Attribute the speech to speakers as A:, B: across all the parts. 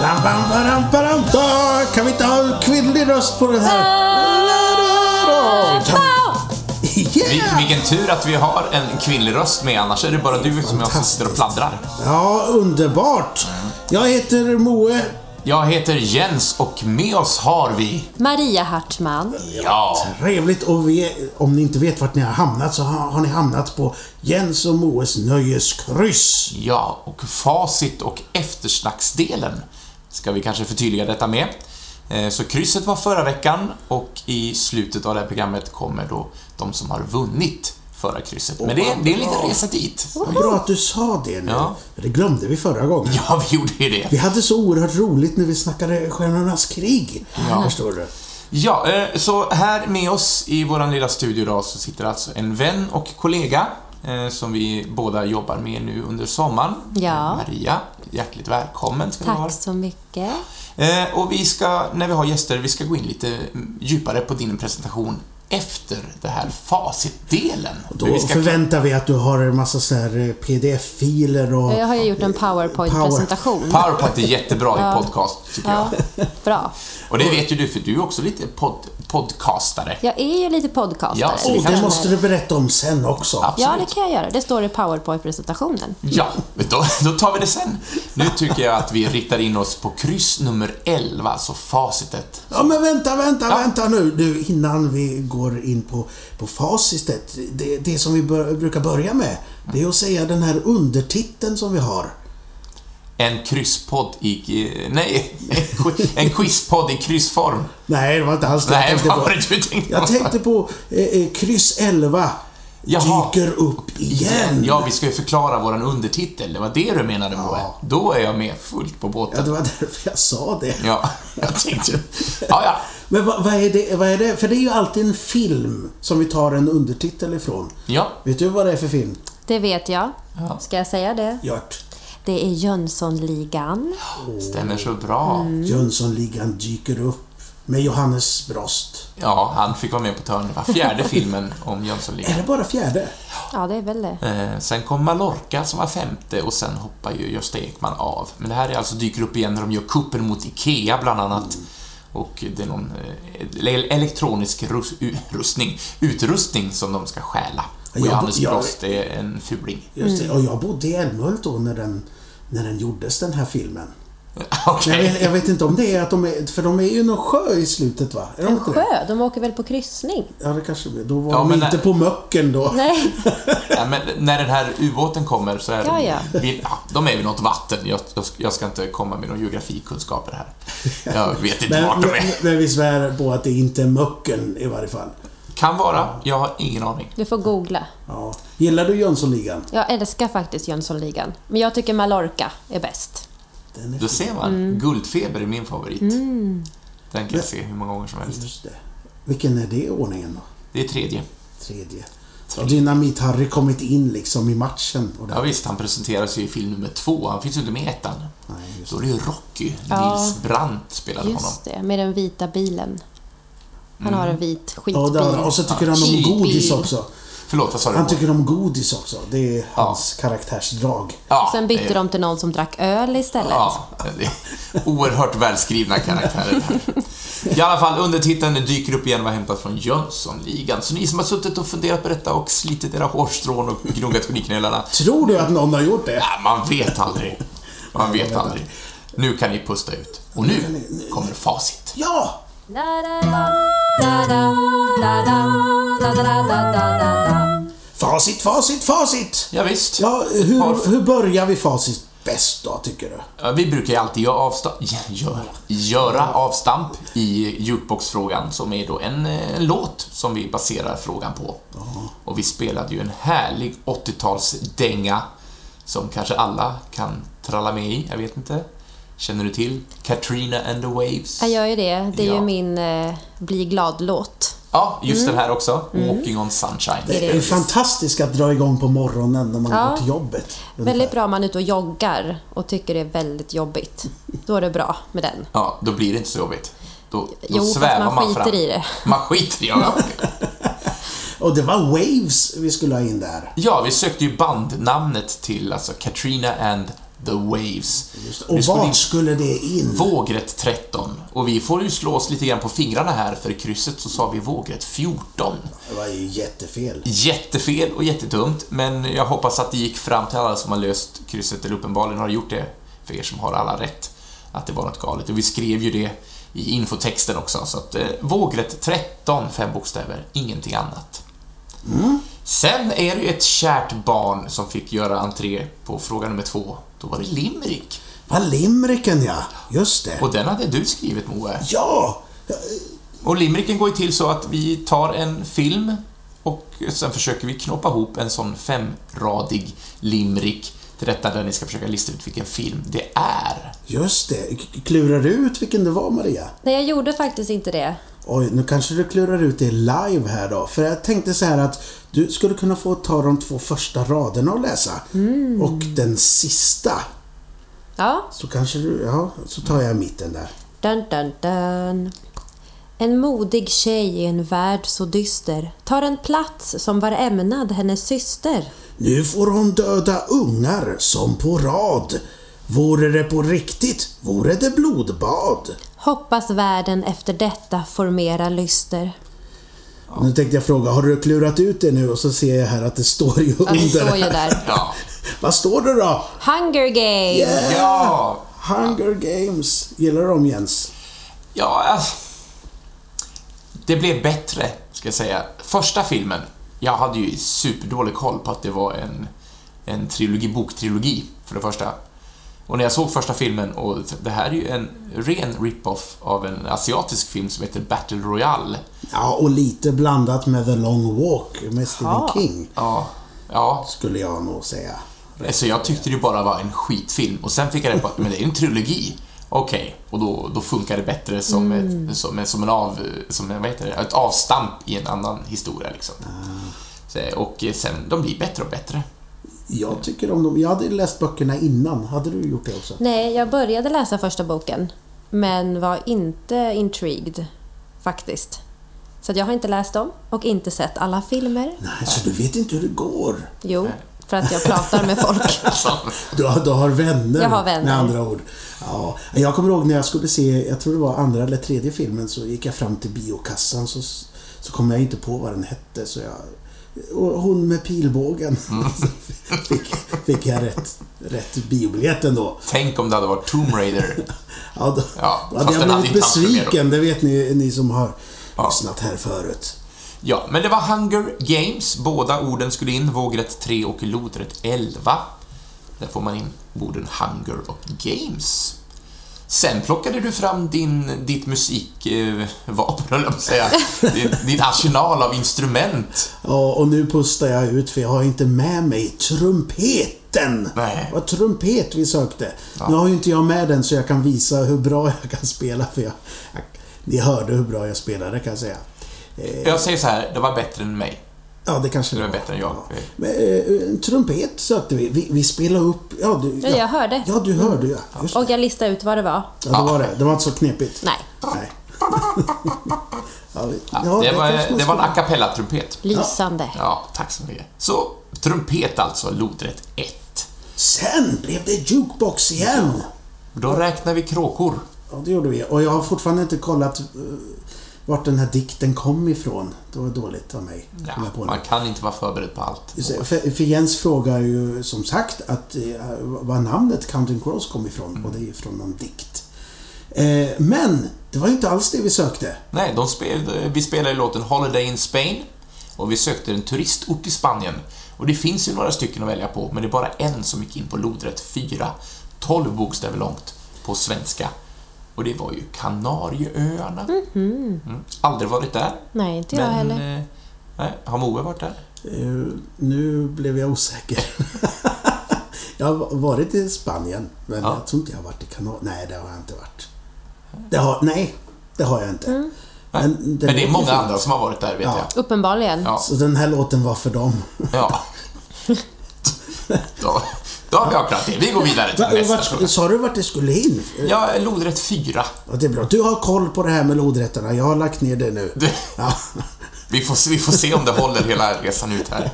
A: Badam, bam, badam, badam, da. Kan vi inte ha kvinnlig röst på det här?
B: Vi,
A: Yeah!
B: vilken tur att vi har en kvinnlig röst med, annars är det bara du som jag som sitter och pladdrar.
A: Ja, underbart. Jag heter Moe.
B: Jag heter Jens och med oss har vi...
C: Maria Hartman.
B: Ja,
A: Trevligt och vi, om ni inte vet vart ni har hamnat så har, har ni hamnat på Jens och Moes nöjeskryss.
B: ja, och facit och eftersnacksdelen ska vi kanske förtydliga detta med. Eh, Så krysset var förra veckan och i slutet av det här programmet kommer då de som har vunnit förra krysset. Men det, är- det är en liten resa dit.
A: Vad bra att du sa det nu.
B: Ja.
A: Det glömde vi förra gången.
B: Ja, vi gjorde ju det.
A: Vi hade så oerhört roligt när vi snackade Stjärnornas krig. Förstår du?
B: Ja, eh, så här med oss i våran lilla studio idag så sitter alltså en vän och kollega eh, som vi båda jobbar med nu under sommaren.
C: Ja.
B: Maria, hjärtligt välkommen ska du vara.
C: Tack så mycket.
B: Eh, Och vi ska, när vi har gäster, vi ska gå in lite mm, djupare på din presentation efter den här facitdelen.
A: Då
B: För vi ska-
A: förväntar vi att du har en massa så här eh, pdf-filer och...
C: Jag har ju gjort en powerpoint-presentation.
B: Powerpoint är jättebra i podcast, tycker jag.
C: Ja, bra.
B: Och det vet ju du, för du är också lite pod- podcastare.
C: Jag är ju lite
B: Ja,
C: podcastare.
B: så
C: det
A: Och
C: kan
A: det
C: man-
A: måste du berätta om sen också.
C: ja, det kan jag göra. Det står i powerpoint-presentationen.
B: Ja, då, då tar vi det sen. Nu tycker jag att vi riktar in oss på kryss nummer 11, så facitet.
A: Ja men vänta, vänta, vänta nu. Du, innan vi går in på, på facitet. Det, det som vi bör, brukar börja med, det är att säga den här undertiteln som vi har.
B: En krysspodd i... eh, Nej, en qui- en quizpodd i kryssform.
A: Nej, det var inte alls det
B: Nej,
A: jag tänkte
B: vad
A: på.
B: var det du tänkte
A: Jag tänkte på eh, eh, kryss 11
B: Jaha.
A: dyker upp igen.
B: Ja, vi ska ju förklara våran undertitel. Det var det du menade, Moe. Då är jag med fullt på
A: Ja,
B: båten.
A: det var därför jag sa det.
B: Ja, jag tänkte... Ja, ja.
A: Men vad, vad, är det, vad är det? För det är ju alltid en film som vi tar en undertitel ifrån.
B: Ja,
A: Vet du vad det är för film?
C: Det vet jag. Ska jag säga det?
A: Gert.
C: Det är Jönssonligan.
B: stämmer så bra.
A: Mm.
C: Mm.
A: Jönssonligan dyker upp med Johannes Brost.
B: Ja, han fick vara med på törnen. Det var fjärde filmen om Jönssonligan.
A: Är det bara fjärde?
C: Ja, det är väl det.
B: Eh, sen kom Mallorca som var femte och sen hoppar ju Gösta Ekman av. Men det här är alltså dyker upp igen när de gör kuppen mot IKEA bland annat. Och det är någon eh, ele- elektronisk rus- u- rustning, utrustning som de ska stjäla. Och
A: Jag-
B: Johannes
A: jag-
B: Brost är en fuling.
A: Just
C: Mm.
A: det. Och jag bodde i Älmhult då när den, när den gjordes, den här filmen. Jag
B: Okej.
A: vet, jag vet inte om det är att de är... För de är ju någon sjö i slutet va? Är de inte det?
C: Sjö, de åker väl på kryssning?
A: Ja, det kanske blir. Då var
B: Ja,
A: de
B: men
A: inte
B: det-
A: på möcken då.
C: Nej.
B: Ja, men när den här ubåten kommer så är
C: Ja,
B: de,
C: ja.
B: Vi, ja, de är vid något vatten. Jag, jag, jag ska inte komma med några geografikunskaper här. Jag vet inte
A: Men,
B: vart de
A: men,
B: är.
A: men vi svär på att det inte är möcken i varje fall.
B: Kan vara. Jag har ingen aning.
C: Du får googla.
A: Ja. Gillar du Jönssonligan?
C: Jag älskar faktiskt Jönssonligan. Men jag tycker Mallorca är bäst.
A: Den är
B: Då ser man.
C: Mm.
B: Guldfeber är min favorit. Den kan jag se hur många gånger som helst.
A: Just det. Vilken är det i ordningen då?
B: Det är tredje.
A: Tredje. Har Dynamit-Harry kommit in liksom i matchen? Och
B: Ja, visst, han presenteras ju i film nummer två. Han finns ju inte med i ettan.
A: Nej, just
B: Då är det ju Rocky.
C: Ja.
B: Nils Brandt spelade honom.
C: Just det, med den vita bilen. Han har en vit skitbil.
A: och, där, och så tycker han om
B: Cheap
A: godis
C: bil.
A: också.
B: Förlåt, vad sa du?
A: Han
B: Moa?
A: tycker om godis också. Det är hans karaktärsdrag.
B: ja,
C: Sen
B: det
C: bytte
B: är-
C: de till någon som drack öl istället.
B: Ja, det är oerhört välskrivna karaktärer. här. I alla fall, undertiteln dyker upp igen och var hämtat från Jönssonligan. Så ni som har suttit och funderat på detta och slitit era hårstrån och gnuggat skinnknölarna,
A: Tror du att någon har gjort det?
B: Ja, man vet aldrig. Man vet aldrig. Nu kan ni pusta ut. Och nu kommer facit.
A: Ja! Facit, facit, facit!
B: Ja, visst.
A: Ja, hur, hur börjar vi facit bäst då, tycker du?
B: Ja, Vi brukar ju alltid göra, avsta- göra, göra avstamp i jukeboxfrågan som är då en, eh, en låt som vi baserar frågan på. Och vi spelade ju en härlig 80-talsdänga som kanske alla kan tralla med i, jag vet inte. Känner du till Katrina and the Waves?
C: Jag gör ju det. Det är
B: Ja.
C: ju min eh, Bli glad-låt.
B: Ja, just den här också. Walking on sunshine.
A: Det är ju fantastiskt att dra igång på morgonen när man
C: Ja.
A: går till jobbet.
C: Väldigt bra om man är ute och joggar och tycker det är väldigt jobbigt. Då är det bra med den.
B: Ja, då blir det inte så jobbigt. Då, då
C: Jo, fast
B: svävar
C: man
B: man,
C: skiter
B: fram.
C: i det.
B: Man skiter i det.
A: Och det var Waves vi skulle ha in där.
B: Ja, vi sökte ju bandnamnet till alltså Katrina and The Waves.
A: Just, det.
B: Nu
A: och
B: ska vi-
A: vart skulle det in?
B: Vågrätt 13. Och vi får ju slå oss lite grann på fingrarna här, för i krysset så sa vi vågrätt 14.
A: Det var ju jättefel.
B: Jättefel och jättedumt, men jag hoppas att det gick fram till alla som har löst krysset, eller uppenbarligen har gjort det, för er som har alla rätt, att det var något galet. Och vi skrev ju det i infotexten också, så att eh, vågrätt 13, fem bokstäver, ingenting annat. Sen är det ju ett kärt barn som fick göra entré på fråga nummer två. Då var det limerick.
A: Vad limericken ja, just det.
B: Och den hade du skrivit, Moe.
A: Ja!
B: Och limericken går ju till så att vi tar en film och sen försöker vi knåpa ihop en sån femradig limerick till detta där ni ska försöka lista ut vilken film det är.
A: Just det. K- Klurar du ut vilken det var Maria?
C: Nej, jag gjorde faktiskt inte det.
A: Oj, nu kanske du klurar ut det live här då. För jag tänkte så här att du skulle kunna få ta de två första raderna och läsa.
C: Mm.
A: Och den sista.
C: Ja.
A: Så kanske du, ja, så tar jag mitten där.
C: Dun, dun, dun. En modig tjej i en värld så dyster tar en plats som var ämnad hennes syster.
A: Nu får hon döda ungar som på rad. Vore det på riktigt, vore det blodbad.
C: Hoppas världen efter detta formera lyster.
A: Nu tänkte jag fråga, har du klurat ut det nu? Och så ser jag här att det står ju
C: Ja, det
A: under.
C: står ju
A: här.
C: där.
B: Ja.
A: Vad står det då?
C: Hunger Games!
B: Ja!
A: Hunger Games. Gillar du dem Jens?
B: Ja, alltså. Det blev bättre, ska jag säga. Första filmen, jag hade ju superdålig koll på att det var en, en trilogi, boktrilogi, för det första. Och när jag såg första filmen, och det här är ju en ren rip-off av en asiatisk film som heter Battle Royale.
A: Ja, och lite blandat med The Long Walk med Stephen
C: Ja.
A: King.
B: Ja, ja.
A: Skulle jag nog säga.
B: Så jag tyckte det bara var en skitfilm och sen fick jag reda på att men det är en trilogi. Okej, och då, då funkar det bättre som, ett, som, som, en av, som en, vad heter det, ett avstamp i en annan historia. Liksom. Så, och sen, de blir bättre och bättre.
A: Jag tycker om dem. Jag hade läst böckerna innan. Hade du gjort det också?
C: Nej, jag började läsa första boken men var inte intrigued faktiskt. Så att jag har inte läst dem och inte sett alla filmer.
A: Nej, så du vet inte hur det går?
C: Jo, för att jag pratar med folk.
B: Så,
A: Du har, du har vänner,
C: Jag har vänner.
A: med andra ord. Ja, jag kommer ihåg när jag skulle se, jag tror det var andra eller tredje filmen, så gick jag fram till biokassan så, så kom jag inte på vad den hette. Så jag, och hon med pilbågen. Så fick, fick jag rätt, rätt biobiljett ändå.
B: tänk om det hade varit Tomb Raider.
A: Ja, då,
B: Ja,
A: då
B: fast
A: hade jag
B: den hade
A: blivit
B: inte haft
A: besviken, det vet ni, ni som har lyssnat här förut.
B: Ja, men det var Hunger Games. Båda orden skulle in. Vågrätt 3 och lodrätt 11. Där får man in orden Hunger och Games. Sen plockade du fram din, ditt musikvapen, eh, vapen, höll jag på att säga. Din, din arsenal av instrument.
A: Ja, och nu pustar jag ut för jag har inte med mig trumpeten.
B: Nej.
A: Det var trumpet vi sökte. Nu har ju inte jag med den så jag kan visa hur bra jag kan spela. För jag, jag, ni hörde hur bra jag spelade kan jag säga. Eh.
B: Jag säger så här, det var bättre än mig.
A: Ja, det kanske
B: Det var bättre än jag.
A: Men, eh, en trumpet sökte vi. Vi, vi spelade upp... Ja, du,
C: Ja, jag hörde.
A: Ja, du hörde ja. Just det.
C: Och jag listade ut vad det var.
A: Ja, det var det. Det var inte så knepigt.
C: Nej,
A: Nej. ja, vi,
B: Ja, det, var,
A: kanske man
B: det var en
A: ska-
B: a cappella-trumpet.
C: lysande.
B: Ja, tack så mycket. Så, trumpet alltså, lodrätt 1.
A: Sen blev det jukebox igen.
B: Då räknar vi kråkor.
A: Ja, det gjorde vi. Och jag har fortfarande inte kollat eh, vart den här dikten kom ifrån. Det var dåligt av mig.
B: Ja,
A: kom jag på nu.
B: man kan inte vara förberedd på allt.
A: Just det, För, för Jens frågar ju som sagt att eh, var namnet Counting Crows kom ifrån
B: Mm.
A: och det är ju från någon dikt. Eh, men det var ju inte alls det vi sökte.
B: Nej, de spel, vi spelade låten Holiday in Spain och vi sökte en turistort i Spanien. Och det finns ju några stycken att välja på, men det är bara en som gick in på lodrätt 4, 12 bokstäver långt, på svenska. Och det var ju Kanarieöarna. Mm. Aldrig varit där.
C: Nej, Mhm. inte jag heller.
B: eh, nej, har Moe varit där?
A: Eh, nu blev jag osäker. jag har varit i Spanien men
B: Ja.
A: jag tror inte jag har varit i Kanarien. Nej, det har jag inte varit. Det har, nej, det har jag inte. Men, det,
B: Men det är
A: låter
B: många
A: fint.
B: andra som har varit där, vet
A: Ja.
B: jag.
C: Uppenbarligen.
B: Ja.
A: Så den här låten var för dem.
B: Ja. då, då har vi avklarat det. Vi går vidare till
A: Va,
B: nästa fråga.
A: vart, sa du vart det skulle in?
B: Ja, lodrätt 4.
A: Ja, det är bra. Du har koll på det här med lodrätterna. Jag har lagt ner det nu.
B: Du-
A: Ja.
B: Vi får, se- vi får se om det håller hela resan ut här.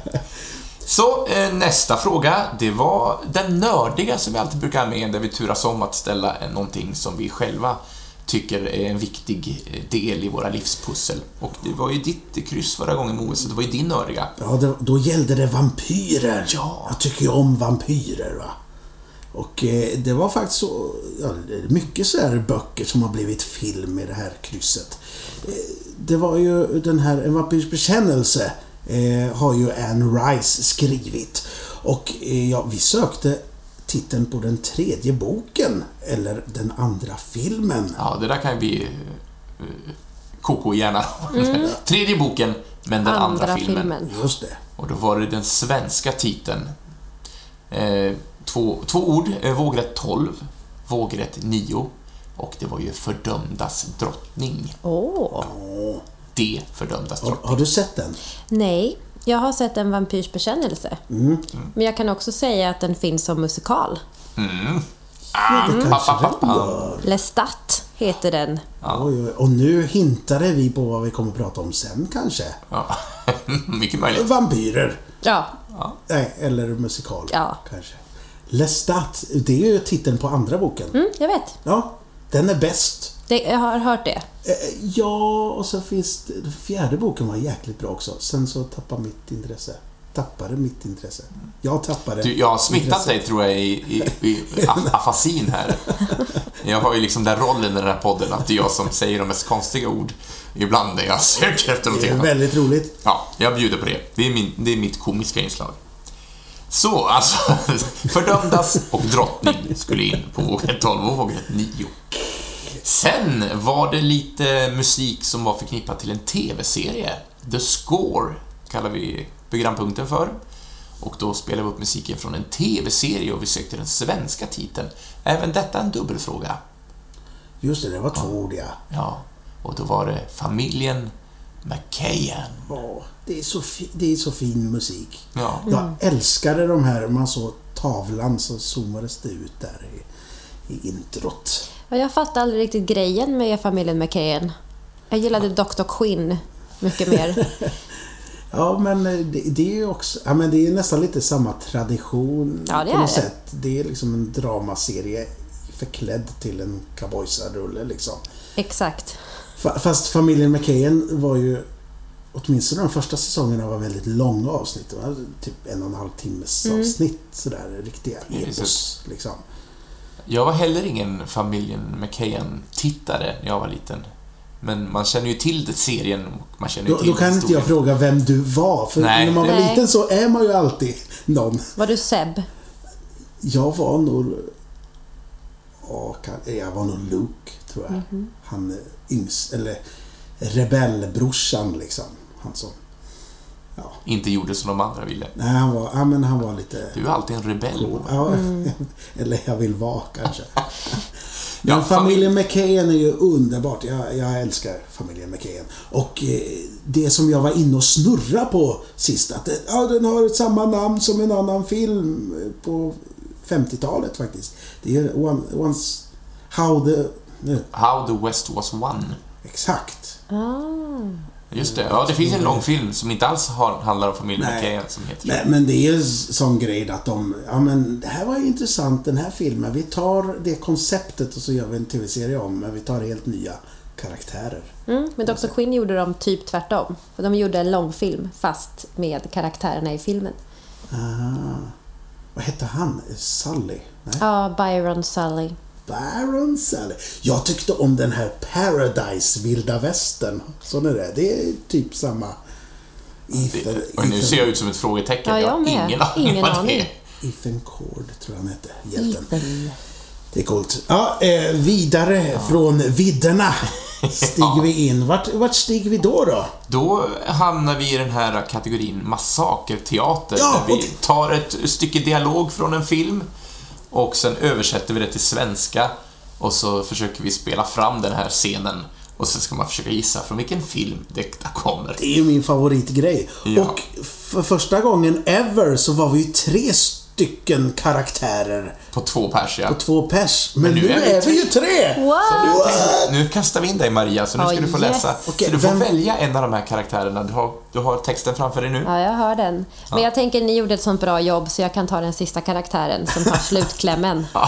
B: Så eh, nästa fråga, det var den nördiga som vi alltid brukar ha med, där vi turas om att ställa eh, någonting som vi själva tycker är en viktig eh, del i våra livspussel. Och det var ju ditt kryss förra gången Moe, så det var ju din nördiga.
A: Ja, det, då gällde det vampyrer.
B: Ja.
A: Jag tycker ju om vampyrer. va. Och eh, det var faktiskt så, ja, det är mycket så här böcker som har blivit film i det här krysset. Eh, det var ju den här, En vampyrs bekännelse, eh, har ju Anne Rice skrivit. Och eh, ja, vi sökte titeln på den tredje boken, eller den andra filmen.
B: Ja, det där kan ju bli eh, eh, koko i hjärnan. Tredje boken, men den Mm. andra, filmen.
A: Just det.
B: Och då var det den svenska titeln. Eh, två, två ord, eh, vågrätt 12, vågrätt 9 och det var ju Fördömdas drottning.
C: Åh.
A: Åh.
B: Det Fördömdas
A: Har,
B: drottning.
A: har du sett den?
C: Nej, jag har sett En vampyrs bekännelse.
B: Mm.
C: Men jag kan också säga att den finns som musikal.
A: Ja, det kanske
B: Ah, Pa, pa, pa,
A: den
B: pa.
A: gör.
C: Lestat heter den.
A: Oj, oj. Och nu hintade vi på vad vi kommer att prata om sen kanske.
B: Ja. Mycket möjligt.
A: Vampyrer.
C: Ja,
A: Nej, eller musikal
C: Ja.
A: kanske. Lestat, det är ju titeln på andra boken.
C: mm, jag vet.
A: Ja, den är bäst.
C: Det, jag har hört det.
A: Eh, Ja, och så finns det, den fjärde boken var jäkligt bra också. Sen så tappade mitt intresse. Tappade mitt intresse. Jag tappade.
B: Du, jag har smittat
A: intresse.
B: dig tror jag i, i, i af- afasin här. Jag har ju liksom den rollen i den här podden att det är jag som säger de mest konstiga ord ibland när jag söker efter
A: Det
B: någonting
A: är
B: annat.
A: väldigt roligt.
B: Ja, jag bjuder på det. Det är, min, det är mitt komiska inslag. Så, alltså. Fördömdas och drottning skulle in på vågrätt 12 och vågrätt 9. Sen var det lite musik som var förknippat till en TV-serie. The Score kallar vi programpunkten för. Och då spelade vi upp musiken från en TV-serie och vi sökte den svenska titeln. Även detta en dubbelfråga.
A: Just det, det var två ord ja.
B: Ja, och då var det familjen McKayan.
A: Ja, det är så, fi- det är så fin musik.
B: Ja.
A: Jag älskade de här, man såg tavlan så zoomades det ut där i, i introt.
C: Och jag fattar aldrig riktigt grejen med familjen McKayen. Jag gillade Dr. Quinn mycket mer.
A: Ja, men eh, det, det är ju också, ja men det är ju nästan lite samma tradition
C: Ja, det
A: på
C: är
A: något
C: det.
A: sätt. Det är liksom en dramaserie förklädd till en cowboysrulle liksom.
C: Exakt.
A: Fa- Fast familjen McKayen var ju Åtminstone de första säsongerna var väldigt långa avsnitt. Det var typ en och en halv timmes
C: Mm.
A: avsnitt. Sådär riktiga
B: Ja, det är
A: epos liksom.
B: Jag var heller ingen familjen McKayan-tittare när jag var liten. Men man känner ju till det, serien och man känner ju
A: Då,
B: till
A: då kan inte
B: historien.
A: jag fråga vem du var. För
B: Nej.
A: när man var
C: Nej.
A: liten så är man ju alltid någon.
C: Var du Seb?
A: Jag var nog... Ja, kan- jag var nog Luke, tror jag. Han eh, yngs... Eller rebellbrorsan, liksom. Han som... Ja.
B: Inte gjorde som de andra ville.
A: Nej, han var, ja, men han var lite...
B: Du är alltid en rebell.
A: Ja, eller jag vill vara, kanske.
B: Mm. Ja,
A: Men familjen McKayen är ju underbart. Jag, jag älskar familjen McKayen. Och eh, det som jag var inne och snurra på sist, att det- ja, den har ett samma namn som en annan film eh, på 50-talet faktiskt. Det är one, Once... How the... Nu,
B: How the West was won.
A: exakt.
B: Just det. Ja, det finns en lång film som inte alls har, handlar om familjen
A: Nej.
B: McKayan som heter
A: Nej, men det är ju en sån grej att de... Ja, men det här var ju intressant, den här filmen. Vi tar det konceptet och så gör vi en TV-serie om, men vi tar helt nya karaktärer.
C: Mm, men
B: Alltså.
C: Dr. Quinn gjorde de typ tvärtom. För De gjorde en långfilm fast med karaktärerna i filmen.
A: Ah. Vad hette han? Sally? Nej.
C: Ja, Byron Sully.
A: Baron Sally. Jag tyckte om den här Paradise Vilda Västern. Så är det. Det är typ samma... Ethan,
B: det. Och nu ser jag ut som ett frågetecken.
C: Ja, jag
B: har
C: med.
B: ingen aning
C: Ingen
B: vad
C: aning.
B: det är.
A: Ethan Cord, tror jag han hette. Hjälten. Det är coolt. Ja, eh, vidare från vidderna stiger vi in. Vart, vart stiger vi då då?
B: Då hamnar vi i den här kategorin massakerteater,
A: Ja,
B: där
A: och
B: vi tar ett stycke dialog från en film och sen översätter vi det till svenska och så försöker vi spela fram den här scenen och sen ska man försöka gissa från vilken film detta kommer.
A: Det är ju min favoritgrej.
B: Ja.
A: Och för första gången ever så var vi ju tre s- stycken karaktärer
B: På två pers, ja.
A: och två pers. Men, nu, är vi ju tre!
C: Wow!
B: Nu kastar vi in dig Maria, så nu ska
C: Ja,
B: du få
C: yes.
B: läsa.
A: Okej,
B: så du får
A: vem-
B: välja en av de här karaktärerna. Du har, du har texten framför dig nu.
C: Ja, jag hör den. Men jag tänker ni gjorde ett sånt bra jobb så jag kan ta den sista karaktären som tar slutklämmen.
A: Det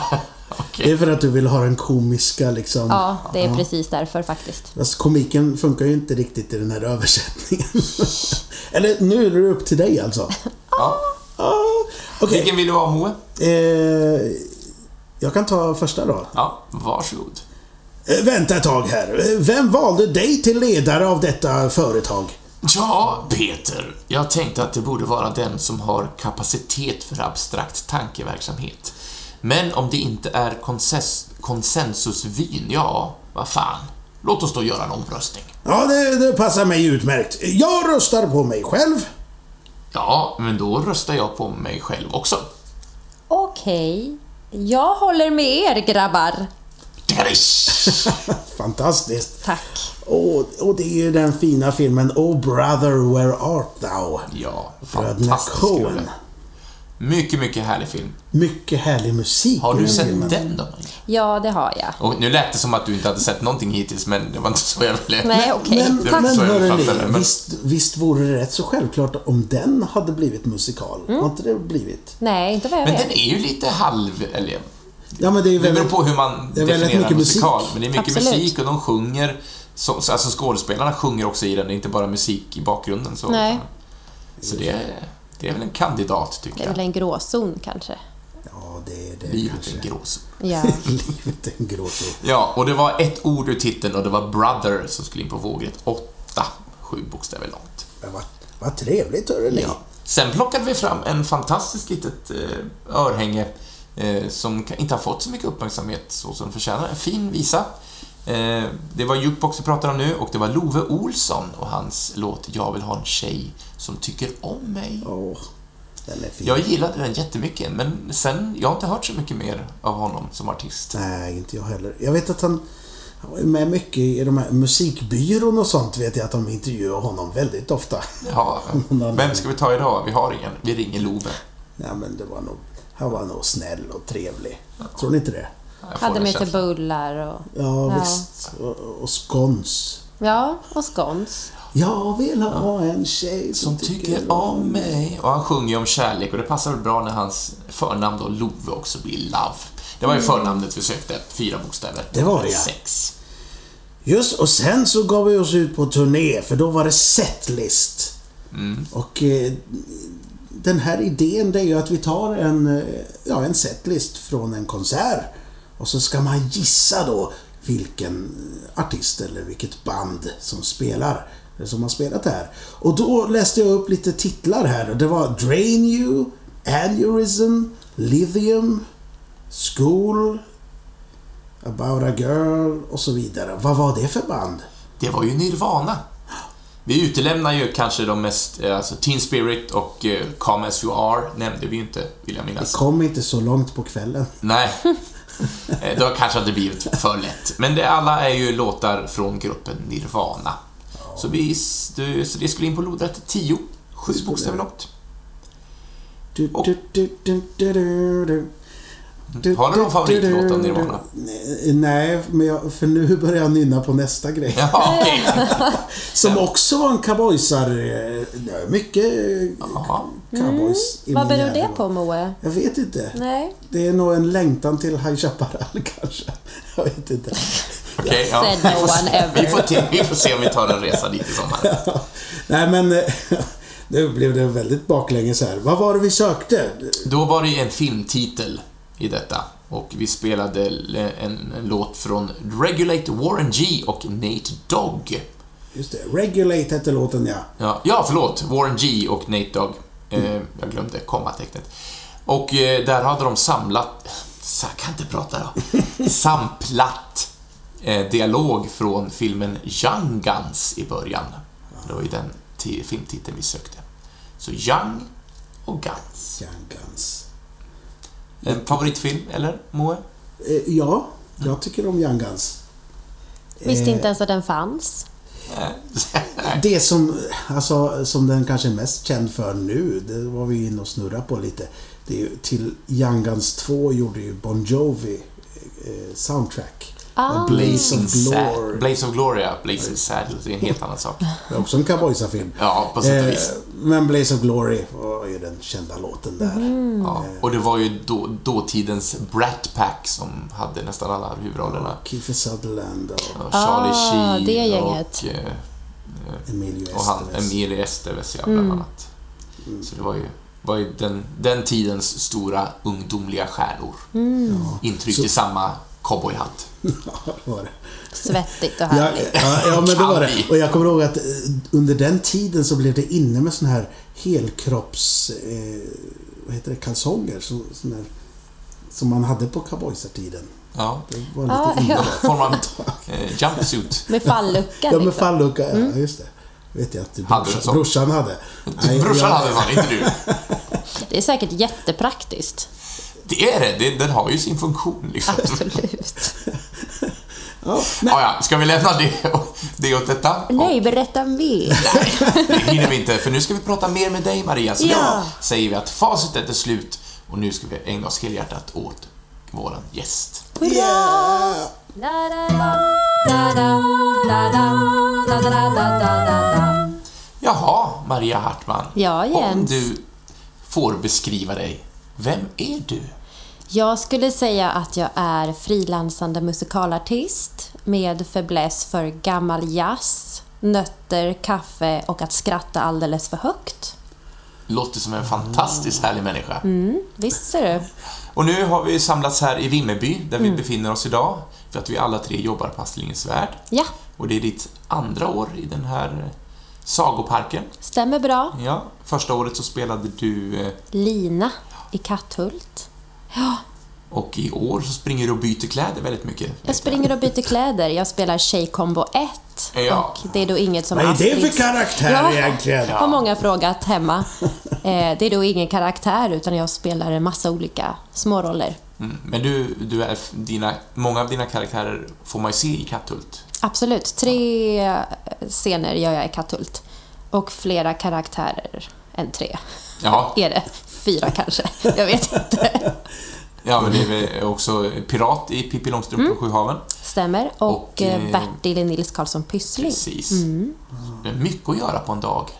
B: Okej.
A: är för att du vill ha den komiska liksom.
C: Ja, det är precis därför faktiskt.
A: Alltså, komiken funkar ju inte riktigt i den här översättningen. Eller nu är det upp till dig alltså.
B: Ja.
A: Ah, Okej.
B: Vilken vill du ha, Moe?
A: Eh, jag kan ta första då.
B: Ja, varsågod.
A: Eh, vänta ett tag här. Eh, Vem valde dig till ledare av detta företag?
B: Ja, Peter. Jag tänkte att det borde vara den som har kapacitet för abstrakt tankeverksamhet. Men om det inte är konsens- konsensusvyn, ja, vad fan. Låt oss då göra en omröstning.
A: Ja, det, det passar mig utmärkt. Jag röstar på mig själv.
B: Ja, men då röstar jag på mig själv också.
C: Okej. Jag håller med er grabbar.
B: Derish!
A: Fantastiskt.
C: Tack.
A: Och, och det är ju den fina filmen Oh brother, where art thou?
B: Ja,
A: Bröderna
B: fantastisk
A: Coen.
B: gubbe. Mycket, mycket härlig film.
A: Mycket härlig musik
B: Har
A: i
B: du
A: den
B: sett
A: filmen.
B: den då?
C: Ja, det har jag.
B: Och nu lät det som att du inte hade sett någonting hittills, men det var inte så jag ville...
C: Nej, Eh, okej.
A: Men,
B: Det
A: men
B: var så jag
A: hörrni,
B: uppfattade det, men-
A: visst, visst vore det rätt så självklart om den hade blivit musikal?
C: Mm.
A: Har inte det blivit?
C: Nej, inte vad jag
B: Men
C: vet.
B: den är ju lite halv... Eller,
A: Ja, men det är ju
B: det beror
A: väldigt...
B: på hur man
A: det är väldigt
B: definierar
A: mycket
B: musikal,
A: musik.
B: men det är mycket
C: Absolut.
B: musik och de sjunger. Så, så- alltså skådespelarna sjunger också i den, det är inte bara musik i bakgrunden. Så,
C: Nej.
B: så det, är, det är väl en kandidat,
C: Det
B: tycker
C: är väl
B: jag.
C: en gråzon kanske.
A: Ja, det är det
B: Livet är
A: kanske.
B: en gråzon.
C: Ja.
A: Livet är en gråzon.
B: Ja, och det var ett ord ur titeln och det var brother som skulle in på vågrätt 8. Sju bokstäver långt.
A: Men Vad, vad trevligt, hörrni.
B: Ja. Sen plockade vi fram en fantastisk litet eh, örhänge eh, som ka- inte har fått så mycket uppmärksamhet så som den förtjänar. En fin visa. Eh, det var Jukebox vi pratar om nu och det var Love Olsson och hans låt Jag vill ha en tjej som tycker om mig.
A: Åh, den är fin.
B: Jag gillade den jättemycket, men sen, jag har inte hört så mycket mer av honom som artist.
A: Nej, inte jag heller. Jag vet att han, han var ju med mycket i de här musikbyrån och sånt vet jag att de intervjuar honom väldigt ofta.
B: Ja, vem ska vi ta idag? Vi har ingen. Vi ringer Love.
A: Nej, men det var nog... Han var nog snäll och trevlig. Tror ni inte det?
B: Jag får
C: Hade
B: den
C: med sig
B: känslan.
C: bullar och...
A: Ja,
C: Ja.
A: visst. Och, och skons.
C: Ja, och skons.
A: Jag vill ha en tjej som,
B: Som tycker om mig. Och han sjunger ju om kärlek och det passar väl bra när hans förnamn då, Love, också blir Love. Det var ju förnamnet vi sökte, fyra bokstäver.
A: Mm. Det var det, ja.
B: Sex.
A: Just, och sen så gav vi oss ut på turné för då var det setlist. Och eh, den här idén det är ju att vi tar en, eh, ja, en setlist från en konsert och så ska man gissa då vilken artist eller vilket band som spelar. eller Som har spelat det här. Och då läste jag upp lite titlar här. Det var Drain You, Aneurysm, Lithium, School, About a Girl och så vidare. Vad var det för band?
B: Det var ju Nirvana. Vi utelämnar ju kanske de mest, eh, alltså Teen Spirit och eh, Come As You Are nämnde vi ju inte, vill jag minnas.
A: Kom inte så långt på kvällen.
B: Nej. Eh, Det har kanske inte blivit för lätt. Men det alla är ju låtar från gruppen Nirvana. Så, vi, s- du- så det skulle in på lodrätt 10, sju bokstäver långt.
A: Du, du, du, du, du, du, du. Du,
B: Har du någon
A: du,
B: favoritlåt av
A: du, du,
B: Nirvana?
A: du. Nej, men jag, för nu börjar jag nynna på nästa grej.
B: Ja, okej.
A: Som också var en cowboysar... eh, Mycket eh,
B: Jaha.
A: cowboys i
C: Mm.
A: min
C: Vad beror det
A: hjärna.
C: på, Moe?
A: Jag vet inte.
C: Nej.
A: Det är nog en längtan till High Chaparral kanske. Jag vet inte.
B: Okej, ja.
C: Said no
B: Vi får se-
C: one ever.
B: Vi får, till, vi får se om vi tar en resa dit i sommar.
A: Nej men... eh, Nu blev det väldigt baklänges här. Vad var det vi sökte?
B: Då var det ju en filmtitel i detta och vi spelade l- en, en låt från Regulate Warren G och Nate Dogg.
A: Just det, Regulate hette låten ja.
B: Ja, ja förlåt, Warren G och Nate Dogg.
A: Mm.
B: Eh, jag glömde kommatecknet. Och eh, där hade de samlat, så jag kan inte prata då, samplat eh, dialog från filmen Young Guns i början. Det var ju den ti- filmtiteln vi sökte. Så Young och Guns.
A: Young Guns.
B: En favoritfilm, eller Moe?
A: Eh, Ja, jag tycker om Young Guns.
C: Visste inte ens att den fanns.
A: Det som, alltså, som den kanske är mest känd för nu, det var vi inne och snurrade på lite. Det är ju, till Young Guns 2 gjorde ju Bon Jovi eh, soundtrack.
C: Ah.
A: Blaze
B: Blazing
A: of
B: Sad.
A: Glory.
B: Blaze of Gloria, Blazing Saddles, det är en helt annan sak.
A: Det är också en cowboyfilm.
B: Ja, på
A: Eh,
B: sätt och vis.
A: men Blaze of Glory var ju den kända låten där.
B: Ja.
A: Mm.
B: Och det var ju då, dåtidens Brat Pack som hade nästan alla huvudrollerna.
A: Kiefer Sutherland och
B: Och Charlie
C: Ah,
B: Sheen
C: det gänget.
B: och, eh,
A: Emilio
B: och han,
A: Estevez.
B: Emilio Estevez, ja,
C: Mm.
B: bland annat.
A: Mm.
B: Så det var ju, var ju den, den tidens stora ungdomliga stjärnor.
C: Mm.
B: Intryckt i samma cowboyhatt.
A: Ja, det var det.
C: Svettigt och
A: Ja,
C: härligt.
A: ja, ja, men det var
B: Kan
A: det.
B: vi?
A: Och jag kommer ihåg att eh, under den tiden så blev det inne med såna här helkropps... Eh, vad heter det? Kalsonger. Så, sån här, som man hade på cowboysertiden.
B: Ja.
A: Det var lite
C: Ah,
A: inne
C: ja.
A: där.
B: Form av eh, jumpsuit.
C: Med falluckan
A: Ja, med
C: liksom.
A: fallucka. Ja, just det. vet jag att du,
B: Hade du
A: brorsan,
B: så?
A: brorsan hade. Nej,
B: Brorsan
A: jag-
B: hade fan inte du.
C: Det är säkert jättepraktiskt.
B: Det är det. det. Den har ju sin funktion liksom.
C: Ah,
B: Ah,
C: Absolut.
A: Ja, men,
B: Ja, ja, ska vi lämna det, och- det åt detta?
C: Nej, berätta mer.
B: Det hinner vi inte, för nu ska vi prata mer med dig Maria. Så
C: Ja.
B: då säger vi att facitet är slut och nu ska vi ägna oss helhjärtat åt våran gäst.
A: yeah.
B: Jaha, Maria Hartman.
C: Ja,
B: Om
C: Jens.
B: du får beskriva dig, vem är du?
C: Jag skulle säga att jag är frilansande musikalartist med fäbless för gammal jazz, nötter, kaffe och att skratta alldeles för högt.
B: Låter som en fantastiskt härlig människa.
C: Mm. Visst ser du?
B: Och nu har vi samlats här i Vimmerby, där
C: Mm.
B: vi befinner oss idag, för att vi alla tre jobbar på Astrid Lindgrens Värld.
C: Ja,
B: Och det är ditt andra år i den här sagoparken.
C: stämmer bra.
B: Ja, första året så spelade du eh,
C: Lina i Katthult.
B: Och i år så springer du och byter kläder väldigt mycket.
C: Jag springer och byter kläder. Jag spelar Tjejkombo 1.
B: Ja.
C: Och det är då inget som
A: Vad är det för
C: Astrids-
A: karaktär
C: Ja.
A: egentligen?
C: har många frågat hemma. Eh, det är då ingen karaktär utan jag spelar en massa olika småroller.
B: Mm. Men du, du är, dina, många av dina karaktärer får man ju se i Katthult.
C: Absolut, tre eh, scener gör jag i Katthult. Och flera karaktärer än tre.
B: Ja,
C: Är det? Fyra kanske? Jag vet inte.
B: ja men det är väl också pirat i Pippi Långstrump
C: Mm.
B: på Sjuhaven.
C: Stämmer. Och,
B: Och, eh,
C: eh, Bertil i Nils Karlsson Pyssling.
B: Precis.
C: Mm.
B: Det är mycket att göra på en dag.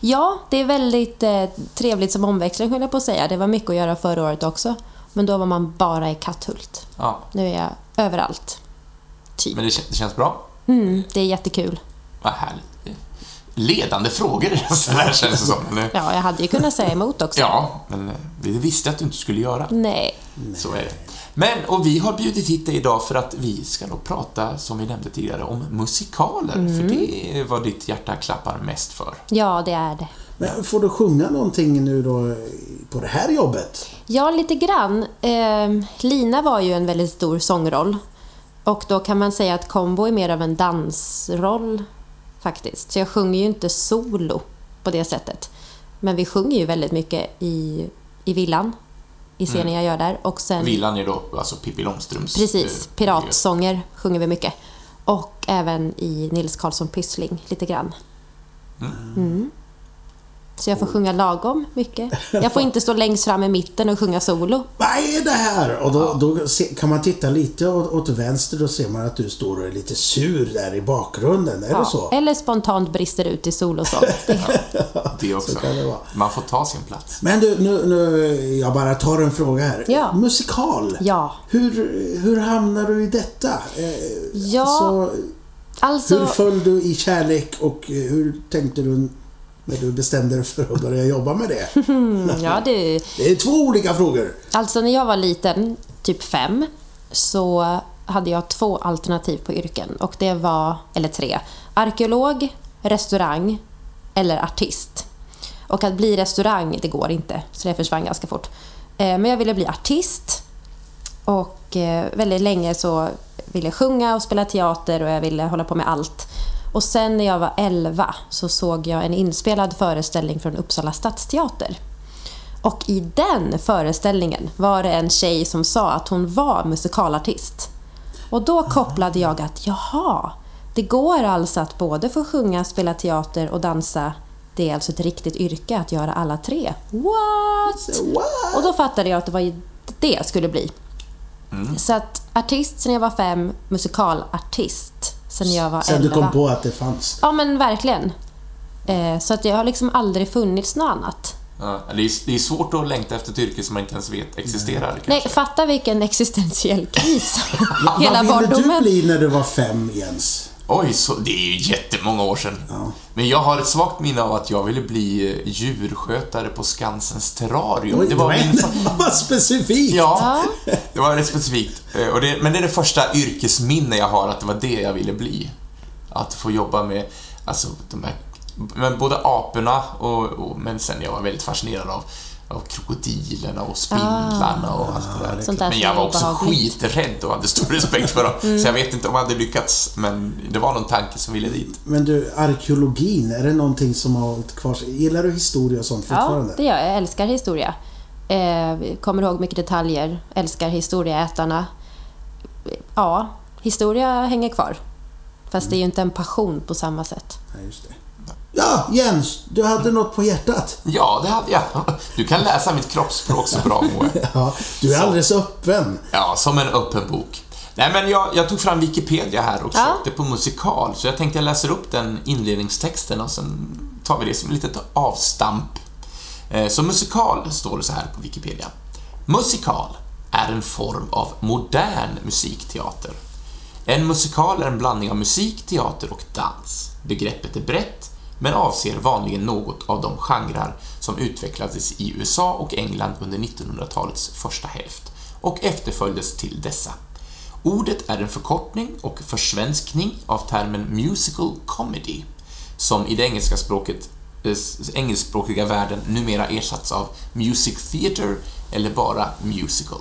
C: Ja, det är väldigt eh, trevligt som omväxling höll jag på att säga. Det var mycket att göra förra året också. Men då var man bara i Katthult.
B: Ja,
C: Nu är jag överallt. Typ.
B: men det, kän- det känns bra.
C: Mm, det är jättekul.
B: Vad härligt. Ledande frågor, så här känns det som. Men, eh,
C: Ja, jag hade ju kunnat säga emot också.
B: Ja, men eh, vi visste att du inte skulle göra.
C: Nej.
B: Så är det. Men, och vi har bjudit hit dig idag för att vi ska nog prata, som vi nämnde tidigare, om musikaler.
A: Mm.
B: För det är vad ditt hjärta klappar mest för.
C: Ja, det är det.
A: Men får du sjunga någonting nu då eh, på det här jobbet?
C: Ja, lite grann. Ehm, Lina var ju en väldigt stor sångroll. Och då kan man säga att Combo är mer av en dansroll faktiskt. Så jag sjunger ju inte solo på det sättet. Men vi sjunger ju väldigt mycket i, i villan, i scenen jag gör där. Och sen,
B: Villan är då alltså Pippi Långstrumps...
C: precis,
B: eh,
C: piratsånger sjunger vi mycket. Och även i Nils Karlsson Pyssling lite grann. Mm. Så jag får sjunga lagom mycket. Jag får inte stå längst fram i mitten och sjunga solo.
A: Vad är det här? Och då, då se, kan man titta lite åt, åt vänster, då ser man att du står och är lite sur där i bakgrunden. Är
C: Ja,
A: det så?
C: Eller spontant brister ut i solosång. Det-
B: Det också.
A: Så kan det vara.
B: Man får ta sin plats.
A: Men du, nu, nu, jag bara tar en fråga här.
C: Ja.
A: Musikal.
C: Ja.
A: Hur, hur hamnar du i detta? Eh,
C: Ja,
A: så, hur
C: Alltså,
A: föll du i kärlek och eh, hur tänkte du när du bestämde dig för att börja jobba med det?
C: mm, ja, du.
A: Det är två olika frågor.
C: alltså när jag var liten, typ fem, så hade jag två alternativ på yrken. Och det var, eller tre, arkeolog, restaurang eller artist. Och att bli restaurang, det går inte, så det försvann ganska fort. Eh, Men jag ville bli artist Och eh, väldigt länge så ville jag sjunga och spela teater och jag ville hålla på med allt. Och sen när jag var 11 så såg jag en inspelad föreställning från Uppsala stadsteater. Och i den föreställningen var det en tjej som sa att hon var musikalartist. Och då kopplade jag att jaha, det går alltså att både få sjunga, spela teater och dansa det är alltså ett riktigt yrke att göra alla tre. What? Och då fattade jag att det var ju det jag skulle bli.
A: Mm.
C: Så att artist sen jag var fem, musikalartist sen jag var
A: Sen du
C: elva.
A: kom på att det fanns.
C: Ja men verkligen. Eh, så att jag har liksom aldrig funnits något annat.
B: Ja, det, är, det är svårt att längta efter ett yrke som man inte ens vet existerar. kanske.
C: Nej, fatta vilken existentiell kris hela
A: Vad ville du
C: barndomen.
A: bli när du var fem, Jens?
B: Oj, så, det är ju jättemånga år sedan.
A: Ja.
B: Men jag har ett svagt minne av att jag ville bli eh, djurskötare på Skansens terrarium.
A: Oj,
B: det var min... fa-
A: Vad specifikt!
B: Ja, det var rätt specifikt. Eh, Och det, men det är det första yrkesminne jag har, att det var det jag ville bli. Att få jobba med, alltså de här, men både aporna och, och, men sen jag var väldigt fascinerad av, av krokodilerna och spindlarna och allt det där.
C: Ah. Sånt där
B: men jag var
C: som är
B: också
C: obehagligt. Mm.
B: skiträdd och hade stor respekt för dem. Så jag vet inte om jag hade lyckats, men det var någon tanke som ville dit.
A: Men du, arkeologin, är det någonting som har hållit kvar sig? Gillar du historia och sånt
C: Ja,
A: fortfarande?
C: det gör jag. Jag älskar historia. Eh, kommer ihåg mycket detaljer. Älskar historieätarna. Ja, historia hänger kvar. Fast det är ju inte en passion på samma sätt.
A: Ja, just det. Ja, Jens! Du hade något på hjärtat.
B: Ja, det hade jag. Du kan läsa mitt kroppsspråk så bra, Moe.
A: Ja, du är
B: Så.
A: alldeles öppen.
B: Ja, som en öppen bok. Nej, men jag, jag tog fram Wikipedia här och
C: Ja.
B: sökte på musikal, så jag tänkte jag läser upp den inledningstexten och sen tar vi det som ett litet avstamp. Eh, Så musikal står det så här på Wikipedia. Musikal är en form av modern musikteater. En musikal är en blandning av musik, teater och dans. Begreppet är brett, men avser vanligen något av de genrer som utvecklades i USA och England under 1900-talets första hälft och efterföljdes till dessa. Ordet är en förkortning och försvenskning av termen musical comedy, som i det engelska språket, eh, s- engelskspråkiga världen numera ersatts av music theater eller bara musical.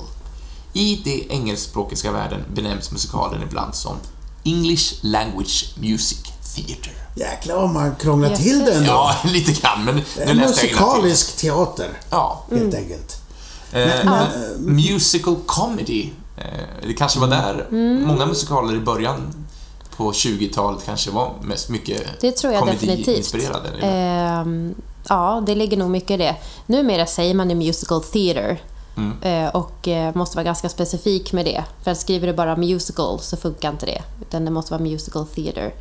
B: I det engelskspråkiga världen benämns musikalen ibland som English Language Music Theatre.
A: Jäklar vad man krånglar till
C: Jösses.
A: den då.
B: Ja, lite grann, men
A: Det
B: nu
A: är
B: läste jag innantill.
A: musikalisk teater,
B: Ja.
A: helt enkelt.
B: Eh, Musical comedy. Eh, det kanske var där.
C: Mm.
B: Många musikaler i början på 20-talet kanske var mest mycket
C: Det tror jag definitivt.
B: komediinspirerade. eller?
C: Ehm, ja, det ligger nog mycket i det. Numera säger man ju musical theater. Eh, Och eh, måste vara ganska specifik med det. För att skriver du bara musical så funkar inte det. Utan det måste vara musical theater.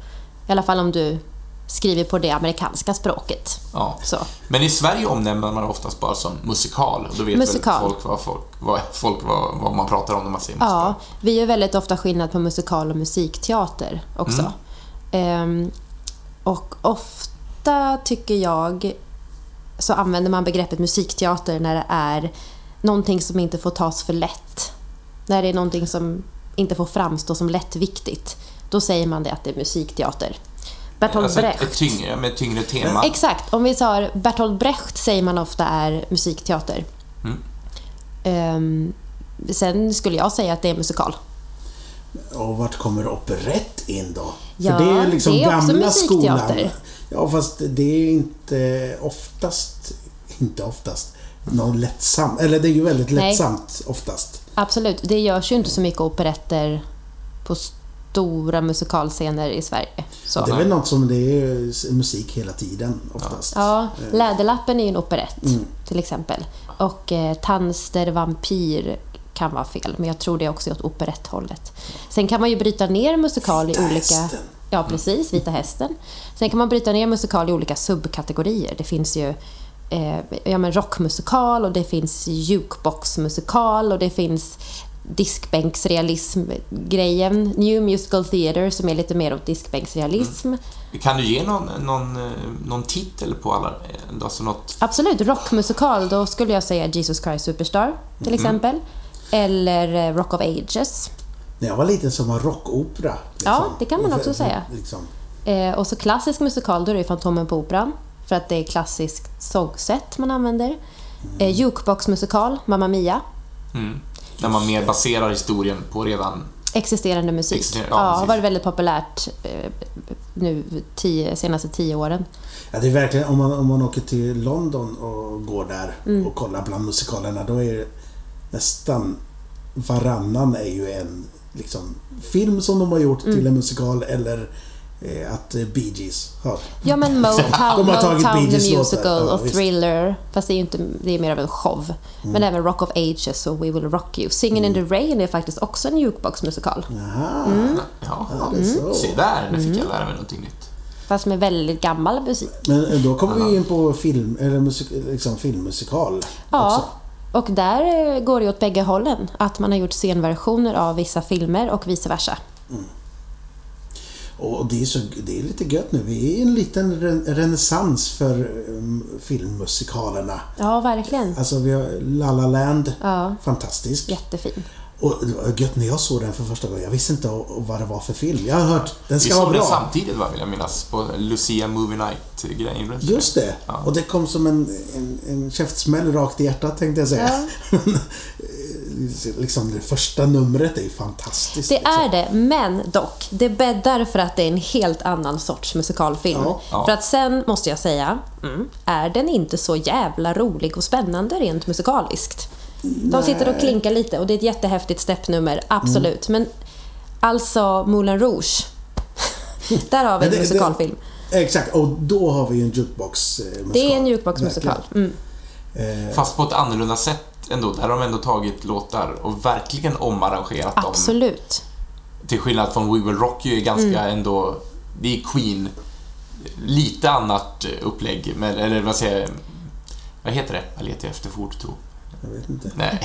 C: I alla fall om du skriver på det amerikanska språket.
B: Ja.
C: Så.
B: Men i Sverige omnämner man det oftast bara som musikal. Och då vet
C: Musikal.
B: väl folk, vad, folk, vad, folk vad, vad man pratar om när man säger musikal.
C: Ja, vi gör väldigt ofta skillnad på musikal och musikteater också.
B: Mm.
C: Ehm, och ofta tycker jag så använder man begreppet musikteater när det är någonting som inte får tas för lätt. När det är någonting som inte får framstå som lättviktigt. Då säger man det att det är musikteater. Bertolt
B: Alltså ett,
C: Brecht.
B: ett tyngre, med ett tyngre tema.
C: Exakt. Om vi tar Bertolt Brecht säger man ofta är musikteater.
B: Mm.
C: Ehm, sen skulle jag säga att det är musikal.
A: Och vart kommer operett in då?
C: Ja,
A: För det är ju liksom
C: det är också
A: gamla
C: musikteater.
A: skolan. Ja, fast det är ju inte oftast, inte oftast, någon lättsam, eller det är ju väldigt
C: Nej.
A: lättsamt oftast.
C: Absolut. Det görs ju inte så mycket operetter på stora musikalscener i Sverige.
A: Det är
C: Så.
A: väl något som det är ju s- musik hela tiden oftast. Eh. Mm.
C: Ja, Läderlappen är ju en operett till exempel. Och eh, Tans der Vampyr kan vara fel, men jag tror det är också åt operetthållet. Sen kan man ju bryta ner musikal i
A: Vita
C: olika...
A: hästen. Mm.
C: Ja, precis. Vita hästen. Sen kan man bryta ner musikal i olika subkategorier. Det finns ju eh, ja, men rockmusikal och det finns jukeboxmusikal och det finns diskbänksrealism-grejen. New Musical Theatre som är lite mer åt diskbänksrealism.
A: Mm.
B: Kan du ge någon, någon, eh, någon titel på alla? eh, Alltså något,
C: Absolut, rockmusikal, då skulle jag säga Jesus Christ Superstar till
B: Mm.
C: exempel. Eller eh, Rock of Ages.
A: När jag var liten så var rockopera.
C: Ja, det kan man också säga.
A: Liksom.
C: Eh, och så klassisk musikal, då är det ju Fantomen på Operan. För att det är klassiskt sångsätt man använder.
B: Mm.
C: Eh, jukeboxmusikal, Mamma Mia.
B: när man mer baserar historien på redan...
C: Existerande musik.
B: Existerande, ja,
C: ja, har
B: precis.
C: varit väldigt populärt eh, nu tio, senaste tio åren.
A: Ja, det är verkligen, om man, om man åker till London och går där
C: Mm.
A: och kollar bland musikalerna, då är det nästan
C: Mm.
A: varannan är ju en liksom, film som de har gjort till en musikal eller eh, att eh, Bee Gees har.
C: Ja men Motown,
A: De har tagit
C: Motown
A: Bee
C: The
A: Gees låtar.
C: Musical
A: Ja,
C: och
A: visst. Mm.
C: Thriller. Fast det är, ju inte, det är mer av en show. Men även Rock of Ages och We Will Rock You. Singin' in the Rain är faktiskt också en jukeboxmusikal.
A: Jaha,
C: Mm,
B: Ja,
A: det är så.
B: se där, nu fick jag lära mig någonting nytt.
C: Fast med väldigt gammal musik.
A: Men eh, då kommer vi in på film, eller musik, liksom filmmusikal
C: Ja,
A: också.
C: och där eh, går det åt bägge hållen. Att man har gjort scenversioner av vissa filmer och vice versa.
A: Och det är, så, det är lite gött nu. Vi är i en liten re- renässans för um, filmmusikalerna.
C: Ja, verkligen.
A: Alltså vi har La La Land,
C: Ja.
A: fantastisk.
C: Jättefin.
A: Och det var gött när jag såg den för första gången. Jag visste inte o- vad det var för film. Jag har hört den
B: Vi
A: ska vara
B: såg det
A: bra.
B: samtidigt, va, vill jag minnas, på Lucia Movie Night-grejen.
A: Just det.
B: Ja.
A: Och det kom som en, en, en käftsmäll rakt i hjärtat tänkte jag säga. Men, eh, liksom det första numret är ju fantastiskt.
C: Det
A: liksom.
C: är det, men dock. Det bäddar för att det är en helt annan sorts musikalfilm.
A: Ja.
B: Ja.
C: För att sen, måste jag säga, mm, är den inte så jävla rolig och spännande rent musikaliskt. De sitter och klinkar lite och det är ett jättehäftigt steppnummer, absolut. Men alltså Moulin Rouge. Där har
A: Men
C: vi
A: det-
C: en
A: det-
C: musikalfilm.
A: Exakt, och då har vi ju en jukebox eh, musikal.
C: Det är en jukeboxmusikal. Mm.
B: Fast på ett annorlunda sätt ändå. Där har de ändå tagit låtar och verkligen omarrangerat dem.
C: Absolut. Mm.
B: Till skillnad från We Will Rock You är ganska ändå... Det är Queen. Lite annat upplägg, men, eller vad säger jag? Vad heter det? Jag letar efter för ord, tro.
A: Jag vet inte.
B: Nej.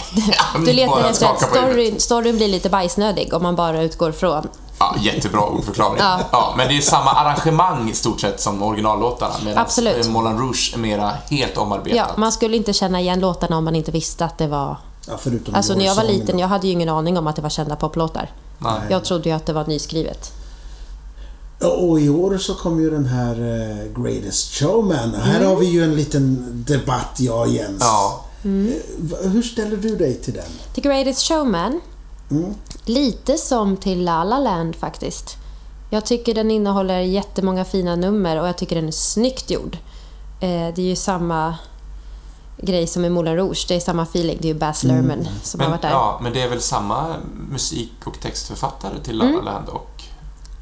C: Du letar
B: Bara
C: efter att
B: skaka på huvudet.
C: storyn, storyn blir lite bajsnödig om man bara utgår från.
B: Ja, jättebra ordförklaring.
C: Ja.
B: ja. men det är samma arrangemang i stort sett som originallåtarna. Medan
C: Absolut.
B: Moulin Rouge är mera helt omarbetat.
C: Ja, man skulle inte känna igen låtarna om man inte visste att det var...
A: Ja, förutom
C: Alltså när jag var
A: Eurovision.
C: liten, jag hade ju ingen aning om att det var kända poplåtar.
B: Nej.
C: Jag trodde ju att det var nyskrivet.
A: Ja, Och i år så kom ju den här eh, Greatest Showman. Här
C: Mm.
A: har vi ju en liten debatt, jag och Jens.
B: Ja.
A: Va- Hur ställer du dig till den?
C: The Greatest Showman,
B: Mm.
C: lite som till La La Land faktiskt. Jag tycker den innehåller jättemånga fina nummer och jag tycker den är snyggt gjord. Eh, Det är ju samma grej som i Moulin Rouge, det är samma feeling. Det är ju Baz Luhrmann som har
B: Mm. Men,
C: varit där.
B: ja, men det är väl samma musik och textförfattare till La La Land och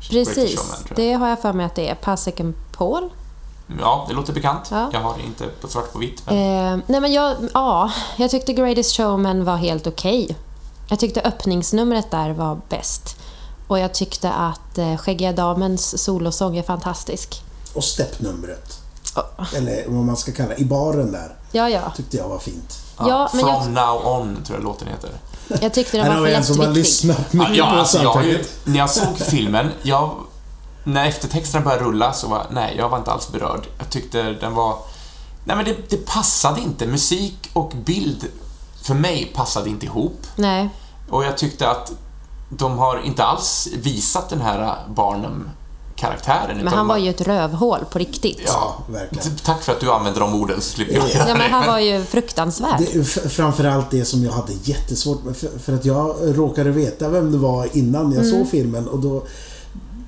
B: Greatest
C: Mm. Precis,
B: Showman, tror jag.
C: det har jag för mig att det är. Pasek and Paul.
B: Ja, det låter bekant.
C: Ja.
B: Jag har det inte på svart på vitt. Men...
C: Eh, nej men jag, ja, jag tyckte Greatest Showman var helt okej. Jag tyckte öppningsnumret där var bäst. Och jag tyckte att eh, Skäggiga Damens solosång är fantastisk.
A: Och steppnumret.
C: Ja.
A: Eller vad man ska kalla I baren där.
C: Ja, ja.
A: Tyckte jag var fint.
B: Ja,
C: ja men
B: From
C: jag,
B: now on, tror jag låten heter.
C: jag tyckte den
A: Här
C: var
A: har vi en
C: för
A: som har
C: lättviktig.
A: lyssnat mycket
B: ja,
A: på
B: alltså, jag, har ju-
A: samtalet.
B: när jag såg filmen, jag, när eftertexterna började rulla så var nej, jag var inte alls berörd. Jag tyckte den var... Nej, men det, det passade inte. Musik och bild, för mig, passade inte ihop.
C: Nej.
B: Och jag tyckte att de har inte alls visat den här Barnum-karaktären.
C: Men
B: utan man-
C: han var ju ett rövhål på riktigt.
B: Ja,
A: verkligen.
B: t- Tack för att du använder de orden, så slipper jag göra
C: Nej, men
B: det.
C: han var ju fruktansvärd.
A: Det, är f- framförallt det som jag hade jättesvårt med. För, för att jag råkade veta vem det var innan jag såg filmen och då...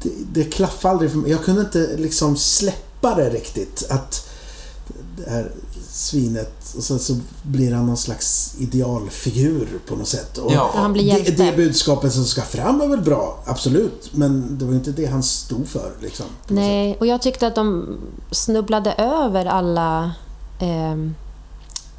A: Det, det klaffade aldrig för mig. Jag kunde inte liksom släppa det riktigt. Att det här svinet och sen så blir han någon slags idealfigur på något sätt. Och
B: Ja.
C: Han blir
A: det,
C: hjälte.
A: det budskapet som ska fram är väl bra, absolut. Men det var ju inte det han stod för liksom. på något
C: Nej, och jag tyckte att de snubblade över alla... ehm,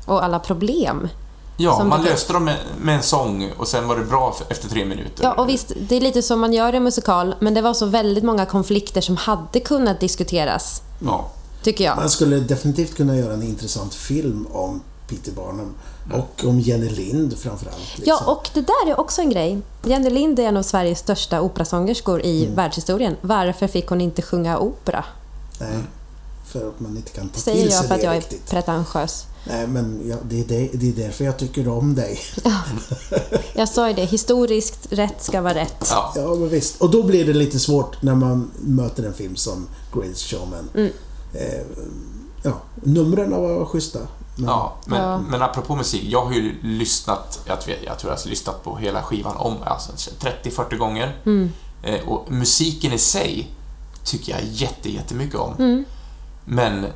C: och alla problem.
B: Ja,
C: Som
B: man
C: det-
B: löste dem med, med en sång och sen var det bra för, efter tre minuter.
C: Ja, och visst, det är lite som man gör i en musikal, men det var så väldigt många konflikter som hade kunnat diskuteras,
B: Ja.
C: tycker jag.
A: Man skulle definitivt kunna göra en intressant film om Peter Barnum. Och om Jenny Lind framförallt. Liksom.
C: Ja, och det där är också en grej. Jenny Lind är en av Sveriges största operasångerskor i
A: Mm.
C: världshistorien. Varför fick hon inte sjunga opera?
A: Nej, för att man inte kan ta
C: Säger
A: till sig
C: jag för att
A: det
C: jag är
A: riktigt.
C: pretentiös.
A: Nej, men ja, det, är det, det är därför jag tycker om dig.
C: Jag sa ju det, historiskt rätt ska vara rätt.
B: ja.
A: Ja, men visst. Och då blir det lite svårt när man möter en film som Greatest Showman.
C: Mm.
A: Eh, ja, numren var schyssta. Men,
B: Ja, men,
C: Ja.
B: men apropå musik, jag har ju lyssnat, jag, vet, jag tror jag har lyssnat på hela skivan om alltså, 30-40 gånger.
C: Mm.
B: Eh, och musiken i sig tycker jag jätte, jättemycket om.
C: Mm.
B: Men
C: Mm.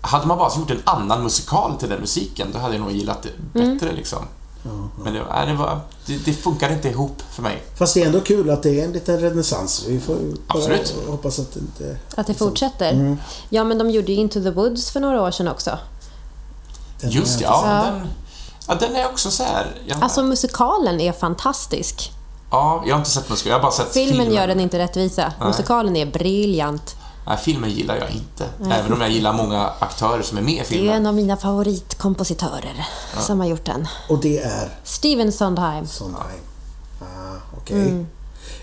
B: hade man bara gjort en annan musikal till den musiken, då hade jag nog gillat det bättre. Liksom. Men det, nej, det, var, det, det funkade inte ihop för mig.
A: Fast det är ändå kul att det är en liten renässans. Vi får ju bara
B: Absolut.
A: hoppas att det inte...
C: Att det fortsätter.
A: Mm.
C: Ja, men de gjorde ju Into the Woods för några år sedan också.
A: den här-
B: Just det, ja.
C: Ja.
B: Den, ja, den är också så här... Jag,
C: Alltså musikalen är fantastisk.
B: ja, jag har inte sett musikalen, jag har bara sett
C: Filmen,
B: filmen.
C: gör den inte rättvisa. Musikalen är briljant.
B: Nej, filmen gillar jag inte. Även om jag gillar många aktörer som är med i
C: Det är
B: filmen.
C: en av mina favoritkompositörer som har gjort den.
A: Och det är
C: Steven Sondheim.
A: Sondheim. Ah, Okej.
C: Mm.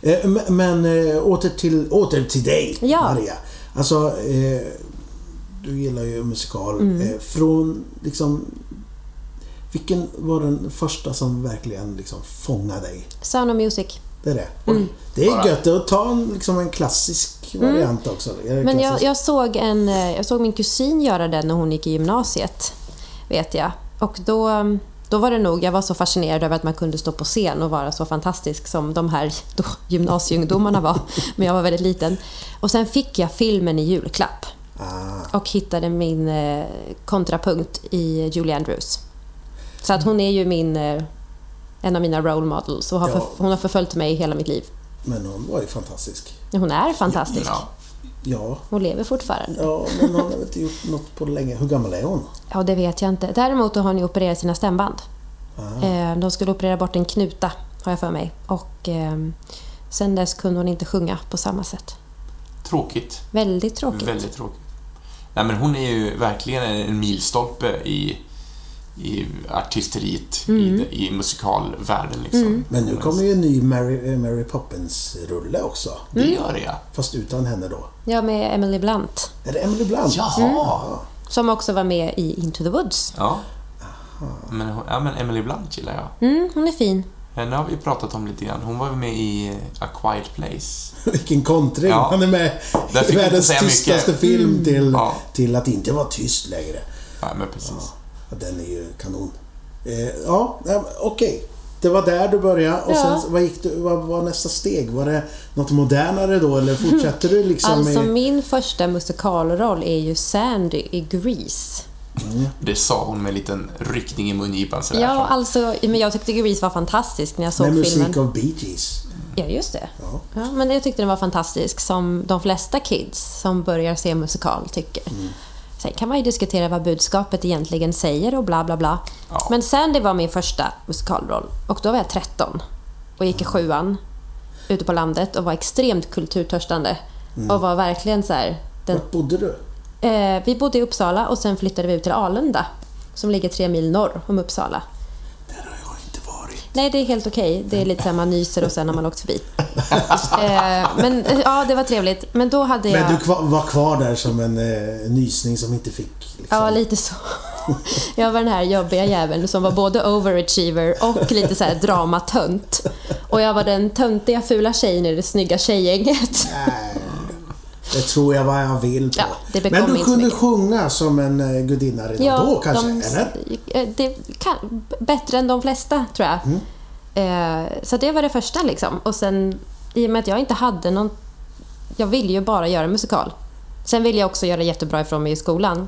A: Eh, m- Men eh, åter till, åter till dig,
C: Ja.
A: Maria. Alltså, eh, du gillar ju musikal.
C: Mm.
A: Eh, Från liksom... Vilken var den första som verkligen liksom fångade dig?
C: Sound of Music.
A: Det är det.
C: Mm.
A: Det är
B: Bara.
A: gött att ta en, liksom en klassisk variant också. Är det
C: Mm. Men jag,
A: klassisk?
C: jag, såg en, eh, jag såg min kusin göra den när hon gick i gymnasiet. Vet jag. Och då, då var det nog, jag var så fascinerad över att man kunde stå på scen och vara så fantastisk som de här då, gymnasieungdomarna var. Men jag var väldigt liten. Och sen fick jag filmen i julklapp.
A: Ah,
C: och hittade min eh, kontrapunkt i Julie Andrews. Så att hon är ju min, eh, en av mina role models och har
A: Ja.
C: förf- hon har förföljt mig hela mitt liv.
A: men hon var ju fantastisk.
C: Hon är fantastisk.
B: Ja.
A: Ja,
C: Hon lever fortfarande.
A: ja men hon har väl inte gjort något på länge. Hur gammal är hon?
C: Ja, det vet jag inte. Däremot har hon ju opererat sina stämband.
B: Ah.
C: Eh, De skulle operera bort en knuta, har jag för mig. Och ehm, sen dess kunde hon inte sjunga på samma sätt.
B: Tråkigt.
C: Väldigt tråkigt.
B: Väldigt tråkigt. Nej, men hon är ju verkligen en milstolpe i, i artisteriet,
C: Mm.
B: i, i musikalvärlden. Liksom.
A: Men nu kommer ju en ny Mary, eh, Mary Poppins-rulle också.
B: Det
C: Mm.
B: gör det, ja.
A: Fast utan henne då.
C: Ja, med Emily Blunt.
A: Är det Emily Blunt? Mm.
B: Jaha!
C: Som också var med i Into the Woods.
B: Ja. Men, hon- ja, men Emily Blunt gillar jag.
C: Mm, hon är fin.
B: Henne har vi pratat om lite grann. Hon var ju med i A Quiet Place.
A: Vilken kontring!
B: Ja.
A: Han är med
B: Där fick
A: i
B: vi
A: världens
B: inte säga mycket. Mm.
A: tystaste film till,
B: Ja.
A: till att inte vara tyst längre.
B: Nej, men precis.
A: Ja, Den är ju kanon. Eh, ja, eh, okej. Det var där du började och
C: Ja.
A: sen vad, gick du, vad var nästa steg? Var det något modernare då eller fortsatte du liksom
C: Alltså
A: med...
C: min första musikalroll är ju Sandy i Grease.
B: Det sa hon med en liten ryckning i mungipan sådär.
C: Ja, alltså, men jag tyckte Grease var fantastisk när jag såg
A: Med musik
C: filmen.
A: av Bee Gees?
C: Ja, just det. Ja. men jag tyckte den var fantastisk, som de flesta kids som börjar se musikal tycker. Sen kan man ju diskutera vad budskapet egentligen säger och bla bla bla.
B: Ja.
C: Men Sandy var min första musikalroll och då var jag 13 och gick i sjuan ute på landet och var extremt kulturtörstande. Och var verkligen så här, den
A: Vart bodde du?
C: Eh, vi bodde i Uppsala och sen flyttade vi ut till Alunda som ligger tre mil norr om Uppsala.
A: Där har jag inte varit.
C: Nej, det är helt okej. Det är lite så här, man nyser och sen har man åkt förbi. Eh, men eh, ja, det var trevligt. Men då hade jag...
A: Men du kva- var kvar där som en eh, nysning som inte fick... Liksom.
C: Ja, lite så. Jag var den här jobbiga jäveln som var både overachiever och lite så här dramatönt. Och jag var den töntiga fula tjejen i det snygga tjejgänget.
A: Nej, Äh, det tror jag vad jag vill på.
C: Ja, det bekom
A: Men du
C: inte
A: kunde
C: mycket.
A: sjunga som en eh, gudinna redan då kanske?
C: de-
A: Eller?
C: eh, det kan, bättre än de flesta tror jag.
A: Mm.
C: Eh, så det var det första liksom. Och sen i och med att jag inte hade någon... Jag ville ju bara göra musikal. Sen ville jag också göra jättebra ifrån mig i skolan.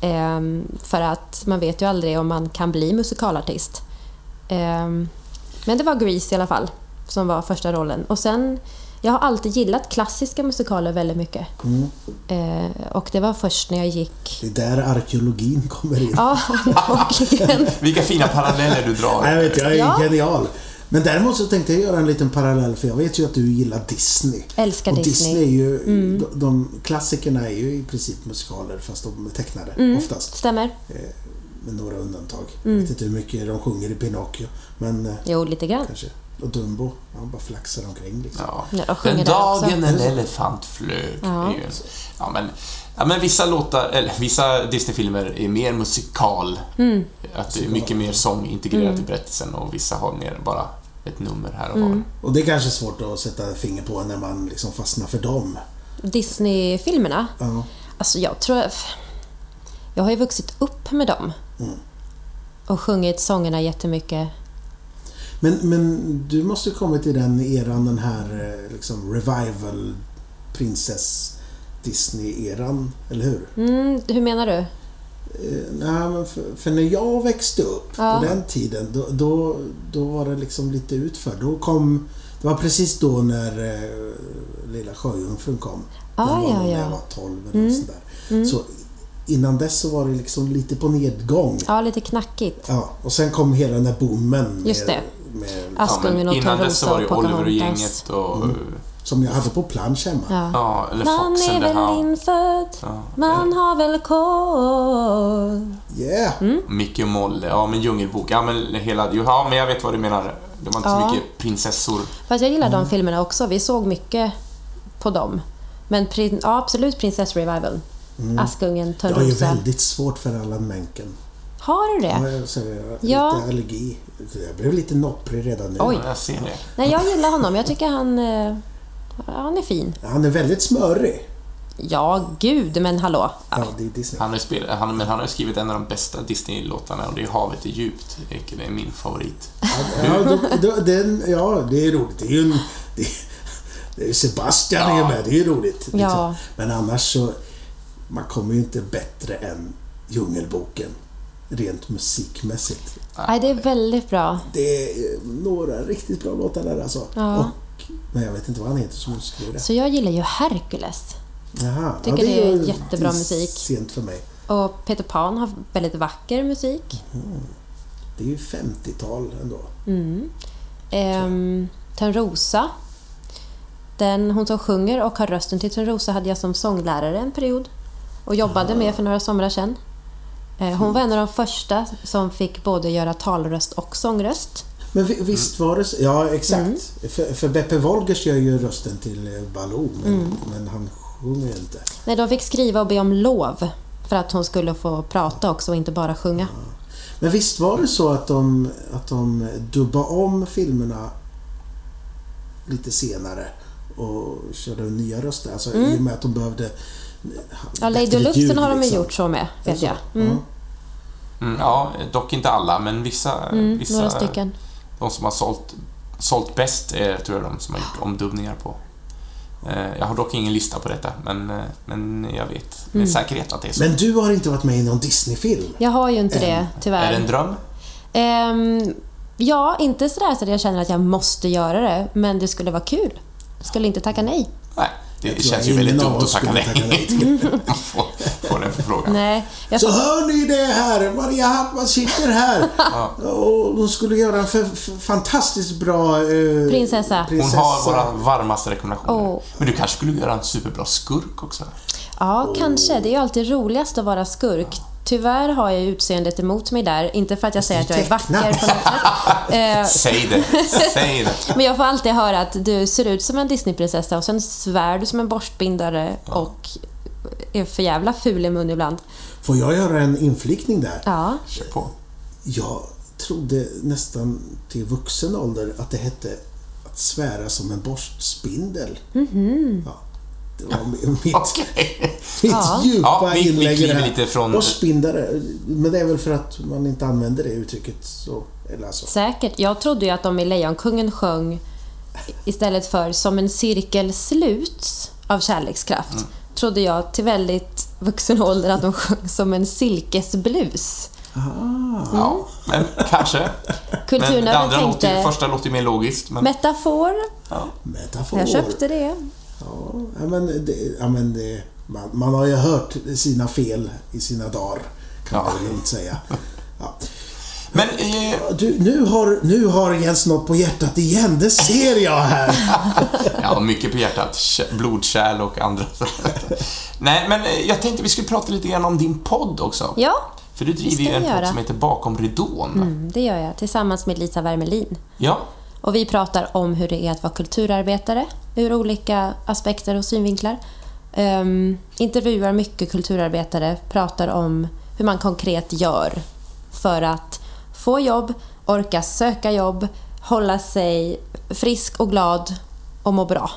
C: Ehm, för att man vet ju aldrig om man kan bli musikalartist. Ehm, men det var Grease i alla fall som var första rollen. Och sen, jag har alltid gillat klassiska musikaler väldigt mycket.
A: Mm.
C: Eh, och det var först när jag gick
A: Det är där arkeologin kommer in.
C: Ja, antagligen.
B: Vilka fina paralleller du drar.
A: Nej, jag vet, jag är
C: Ja.
A: genial. Men däremot så tänkte jag göra en liten parallell för jag vet ju att du gillar Disney.
C: Älskar
A: och
C: Disney. Mm.
A: Disney är ju, de, de klassikerna är ju i princip musikaler fast de är tecknade
C: Mm.
A: oftast.
C: Stämmer.
A: Med några undantag.
C: Mm.
A: Jag vet inte hur mycket de sjunger i Pinocchio. Men eh,
C: Jo, lite grann.
A: kanske. Och Dumbo, han bara flaxar omkring liksom.
B: Ja.
C: Ja, de sjunger
B: Den
C: där också. Mm.
B: dagen en elefant flög.
C: Ja.
B: Det är ju- Ja, men, ja, men vissa, låtar, eller, vissa Disney-filmer är mer musikal.
C: Mm.
B: Att det är mycket mer sång integrerat i berättelsen och vissa har mer bara ett nummer här och var.
C: Mm.
A: Och det är kanske svårt att sätta finger på när man liksom fastnar för dem.
C: Disney-filmerna.
A: Ja.
C: Alltså, jag tror... Jag har ju vuxit upp med dem.
B: Mm.
C: Och sjungit sångerna jättemycket.
A: Men, men du måste ju kommit i den eran, den här eh, liksom revival prinsess Disney-eran, eller hur?
C: Mm, hur menar du?
A: Eh, nej, men för, för när jag växte upp
C: Ja.
A: på den tiden, då, då, då var det liksom lite utför. Då kom... Det var precis då när eh, Lilla Sjöjungfrun kom.
C: Ah,
A: Den var
C: ja,
A: nog när
C: ja.
A: jag var 12 eller mm. sådär. Så innan dess så var det liksom lite på nedgång.
C: Ja, lite knackigt.
A: Ja, och sen kom hela den där boomen. Med,
C: Just det.
A: Med,
C: Askungen och
B: innan dess så
C: Törnrosa
B: var
C: och
B: det ju Oliver och
C: Pocahontas.
B: gänget och...
A: som jag hade på plansch hemma.
C: Ja.
B: Ja, eller
C: Man
B: Fox
C: Mm.
B: and
C: är
B: the
C: väl
B: Hound.
C: infödd,
B: Ja.
C: man har väl koll.
A: Yeah!
C: Mm.
B: Micke och Molle, ja men Djungelboken, ja men hela... jo, Ja, men jag vet vad du menar. Det var inte
C: Ja.
B: så mycket prinsessor.
C: Fast jag gillar
B: Mm.
C: de filmerna också. Vi såg mycket på dem. Men prin- ja, absolut Princess Revival.
B: Mm.
C: Askungen,
A: Jag har ju
C: Törnrosa.
A: väldigt svårt för Allan Menken.
C: Har du det?
A: Ja, jag säger,
C: Ja.
A: Lite allergi. Jag blev lite nopprig redan nu.
C: Oj.
B: Ja, Jag ser det.
C: Nej, jag gillar honom. Jag tycker han, eh, ja, han är fin.
A: Han är väldigt smörig.
C: Ja, gud, men hallå. Ja.
A: Ja, det är Disney.
B: Han har, ju spel, han, men han har ju skrivit en av de bästa Disney-låtarna och det är Havet är djupt. vilket är min favorit.
A: Ja, då, då, den, ja, det är roligt. Det är ju en, det, det är ju Sebastian är ju med. Det är ju roligt. liksom.
C: Ja.
A: Men annars så... Man kommer ju inte bättre än Djungelboken. Rent musikmässigt.
C: Nej, det är väldigt bra.
A: Det är några riktigt bra låtar där alltså.
C: Ja.
A: Och, men jag vet inte vad han heter som skrev det.
C: Så jag gillar ju Hercules.
A: Jaha,
C: Tycker
A: ja,
C: det är
A: ju-
C: jättebra
A: det är
C: musik.
A: sent för mig.
C: Och Peter Pan har väldigt vacker musik.
A: Det är ju 50-tal ändå.
C: Mm. Ehm, Törnrosa. Den, hon som sjunger och har rösten till Törnrosa hade jag som sånglärare en period och jobbade med för några somrar sedan. Eh, Hon var en av de första som fick både göra talröst och sångröst.
A: Men vi- visst var det så? Ja, exakt.
C: Mm.
A: För, för Beppe Wolgers gör ju rösten till eh, Baloo, men,
C: Mm.
A: men han sjunger ju inte.
C: Nej, de fick skriva och be om lov för att hon skulle få prata också och inte bara sjunga.
A: Men visst var det så att de, att de dubbade om filmerna lite senare och körde nya röster? Alltså i
C: Mm.
A: och med att de behövde...
C: Ja, Lady
A: bättre
C: och Lufsen
A: ljud,
C: har de ju
A: liksom.
C: gjort så med,
A: Är det
C: vet
A: så?
C: jag. Mm,
B: Mm, ja, dock inte alla, men vissa. vissa
C: Mm, några stycken.
B: De som har sålt, sålt bäst är, tror jag, de som har gjort omdubbningar på. Eh, Jag har dock ingen lista på detta, men, eh, men jag vet
C: Mm.
B: med säkerhet att det är så.
A: Men du har inte varit med i någon Disney-film?
C: Jag har ju inte det, tyvärr.
B: Är det en dröm?
C: Ehm, ja, inte sådär så att jag känner att jag måste göra det, men det skulle vara kul. Skulle inte tacka nej.
B: Nej, det
A: tror
B: känns ju
A: ingen
B: väldigt
A: av
B: dumt
A: oss
B: att tacka
A: skulle tacka
B: nej.
A: nej till.
B: Få få den förfrågan.
C: Nej, jag,
A: Så hör ni det här? Maria Hartman sitter här. Och hon skulle göra en f- f- fantastiskt bra... Eh,
C: Prinsessa. Hon
B: Hon
A: prinsessa.
B: har våra varmaste rekommendationer.
C: Åh.
B: Men du kanske skulle göra en superbra skurk också?
C: ja, kanske. Det är ju alltid roligast att vara skurk. Tyvärr har jag ju utseendet emot mig där. Inte för att jag säger att jag är
A: Alltså,
C: vacker på något sätt. Ehm,
B: Säg det! Säg det!
C: men jag får alltid höra att du ser ut som en Disneyprinsessa och sen svär du som en borstbindare och är för jävla ful i mun ibland.
A: Får jag göra en inflikning där?
C: Ja.
B: Kör på.
A: Jag trodde nästan till vuxen ålder att det hette att svära som en borstspindel. Ja, det var mi- mitt,
B: Okej.
A: mitt
C: Mhm. Ja.
A: djupa
B: Ja, vi- vi
A: inlägg i det
B: kliver
A: här.
B: lite från-
A: Borstspindare. Men det är väl för att man inte använder det uttrycket så. Eller alltså.
C: Säkert. Jag trodde ju att de i Lejonkungen sjöng istället för som en cirkel sluts av kärlekskraft.
B: Mm.
C: Trodde jag till väldigt vuxen ålder att de sjöng som en silkesblus.
B: Ja, men kanske. Men det
C: Kulturnörden
B: andra låter, ju-
C: tänkte
B: första låter ju mer logiskt. Men...
C: metafor.
A: Metafor.
C: Jag köpte det.
A: Ja, men det, ja, men det, man, man har ju hört sina fel i sina dagar, kan
B: Ja.
A: man lugnt säga. Ja.
B: Men eh,
A: Du, nu, har, nu har Jens något på hjärtat igen, det ser jag här.
B: jag har mycket på hjärtat. Kä- Blodkärl och andra Nej, men eh, jag tänkte vi skulle prata lite grann om din podd också.
C: Ja,
B: För du
C: ska
B: driver ju en
C: vi
B: podd
C: göra.
B: som heter Bakom ridån.
C: mm, det gör jag tillsammans med Lisa Wermelin.
B: Ja,
C: Och vi pratar om hur det är att vara kulturarbetare ur olika aspekter och synvinklar. Ehm, intervjuar mycket kulturarbetare, pratar om hur man konkret gör för att få jobb, orka söka jobb, hålla sig frisk och glad och må bra.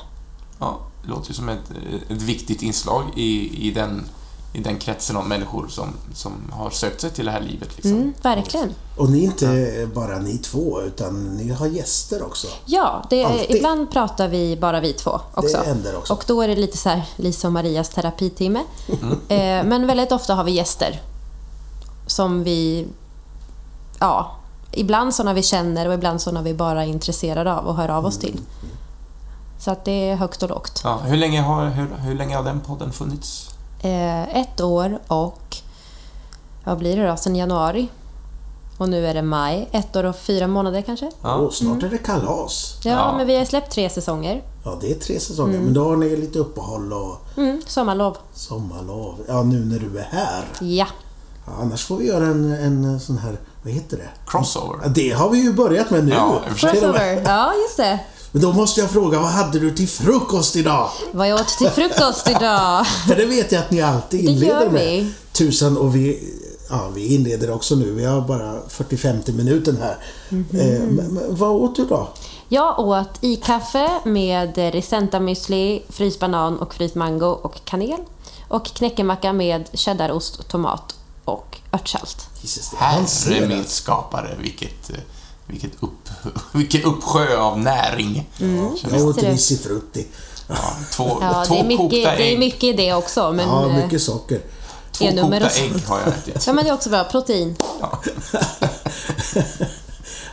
B: ja det låter ju som ett, eh, ett viktigt inslag i, i, den, i den kretsen av människor som, som har sökt sig till det här livet. Liksom.
C: Mm, verkligen.
A: Och ni är inte bara ni två, utan ni har gäster också.
C: Ja, det
A: Alltid.
C: ibland pratar vi bara vi två också.
A: Det händer också.
C: Och då är det lite så här Lisa och Marias terapitimme. Eh, men väldigt ofta har vi gäster. som vi... Ja, ibland sådana vi känner och ibland sådana vi bara är intresserade av och hör av oss till. Så att det är högt och lågt.
B: Ja, hur, länge har, hur, hur länge har den podden funnits?
C: Eh, ett år och... Vad blir det då? Sen januari. Och nu är det maj. Ett år och fyra månader kanske?
B: Ja.
A: Och
C: Mm.
A: snart är det kalas.
C: Ja,
B: Ja.
C: men vi har släppt tre säsonger.
A: Ja, det är tre säsonger. Men då har ni lite uppehåll och
C: Mm, sommarlov.
A: sommarlov. Ja, nu när du är här.
C: Ja.
A: Ja, annars får vi göra en, en sån här... Vad heter det? Ja,
B: Crossover.
A: det har vi ju börjat med nu.
B: Ja, i och för sig.
A: Till och med.
C: Crossover. Ja, just det.
A: Men då måste jag fråga, vad hade du till frukost idag?
C: Vad jag åt till frukost idag?
A: För det vet jag att ni alltid
C: Det
A: inleder
C: gör
A: med.
C: vi.
A: Tusen och vi... Ja, vi inleder också nu. Vi har bara 40-50 minuten här.
C: Mhm.
A: Eh, men, men, vad åt du då?
C: Jag åt i kaffe med risentamuesli, fryst banan och fryst mango och kanel. Och knäckemacka med cheddarost, tomat och örtsalt.
A: Jesus, det är
B: Herre min
A: avancerat.
B: skapare, vilket, eh, vilket upp, vilken uppsjö av näring. Känner
A: Jag
B: jag.
A: åt
C: Ser du?
A: Nisi Frutti.
B: Ja, två
C: Ja,
B: två
C: det är, mycket,
B: kokta ägg.
C: det är mycket i det också. Men,
A: Ja,
C: eh,
A: mycket socker.
B: Två
C: E-nummer
B: kokta
C: och så.
B: ägg har jag ätit.
C: ja, men det är också bra. Protein.
B: Ja.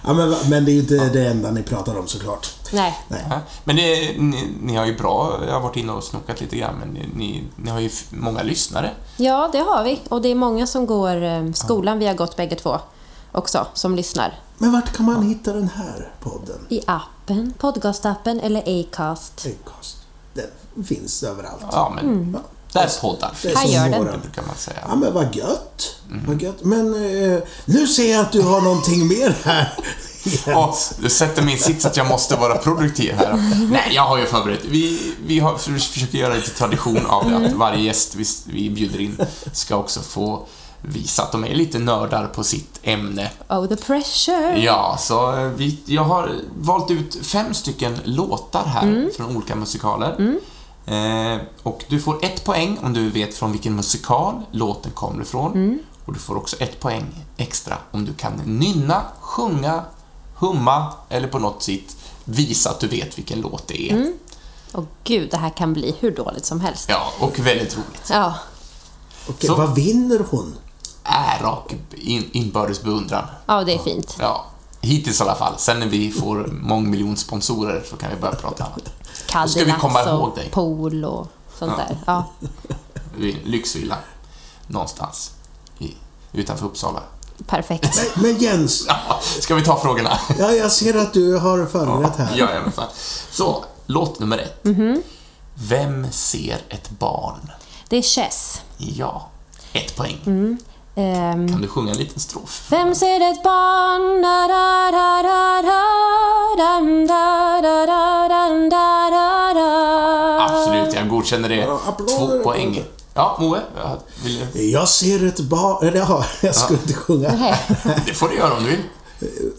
A: Ja, men, men det är ju inte det enda ni pratar om såklart.
C: Nej.
A: Nej.
B: Men det, ni, ni har ju bra, jag har varit inne och snokat lite grann, men ni, ni, ni har ju f- många lyssnare.
C: Ja, det har vi. Och det är många som går eh, skolan. Vi har gått bägge två också, som lyssnar.
A: Men vart kan man hitta den här podden?
C: I appen, podcastappen eller Acast.
A: Acast. Den finns överallt.
B: Ja, men
C: Mm.
B: där poddar
A: Det är
C: Här
A: som
C: gör den.
A: våran.
B: brukar man säga.
A: Ja, men vad gött.
B: Mm.
A: Vad gött. Men eh, nu ser jag att du har någonting mer här.
B: Åh, du sätter min sits att jag måste vara produktiv här. Nej, jag har ju förberett. Vi, vi har, för- försöker göra lite tradition av det, att varje gäst vi, vi bjuder in ska också få visa att de är lite nördar på sitt ämne.
C: Oh, the pressure!
B: Ja, så eh, vi, jag har valt ut fem stycken låtar här från olika musikaler. Eh, och du får ett poäng om du vet från vilken musikal låten kommer ifrån. Och du får också ett poäng extra om du kan nynna, sjunga, humma eller på något sätt visa att du vet vilken låt det är.
C: Och gud, det här kan bli hur dåligt som helst.
B: Ja, och väldigt roligt.
C: Ja.
A: Okej,
B: Så-
A: vad vinner hon?
B: Ära och Äh, in, inbördes beundran.
C: ja, det är fint.
B: Ja, hittills i alla fall. Sen när vi får mångmiljonsponsorer så kan vi börja prata annat. Då ska vi komma
C: Cadillacs
B: ihåg
C: och
B: dig.
C: pool och sånt där. Ja.
B: vid- lyxvilla någonstans i, utanför Uppsala.
C: Perfekt.
A: Men Jens,
B: Ska vi ta frågorna?
A: ja, jag ser att du har förberett här.
B: Ja, ja, men fan. Så, låt nummer ett.
A: Mhm.
B: Vem ser ett barn?
C: Det är Chess.
B: Ja, ett poäng.
A: Mm.
C: Ehm,
B: Kan du sjunga en liten strof?
C: Vem ser ett barn? Da, da, da, da, da, dam, da, da, da, dam, da, da, da.
B: Absolut, jag godkänner det.
A: Ja, applåder,
B: Två
A: applåder.
B: poäng. Ja, Moe, jag vill,
A: Jag ser ett barn... Ja, jag skulle inte sjunga.
C: Nej.
B: det får du göra om du vill.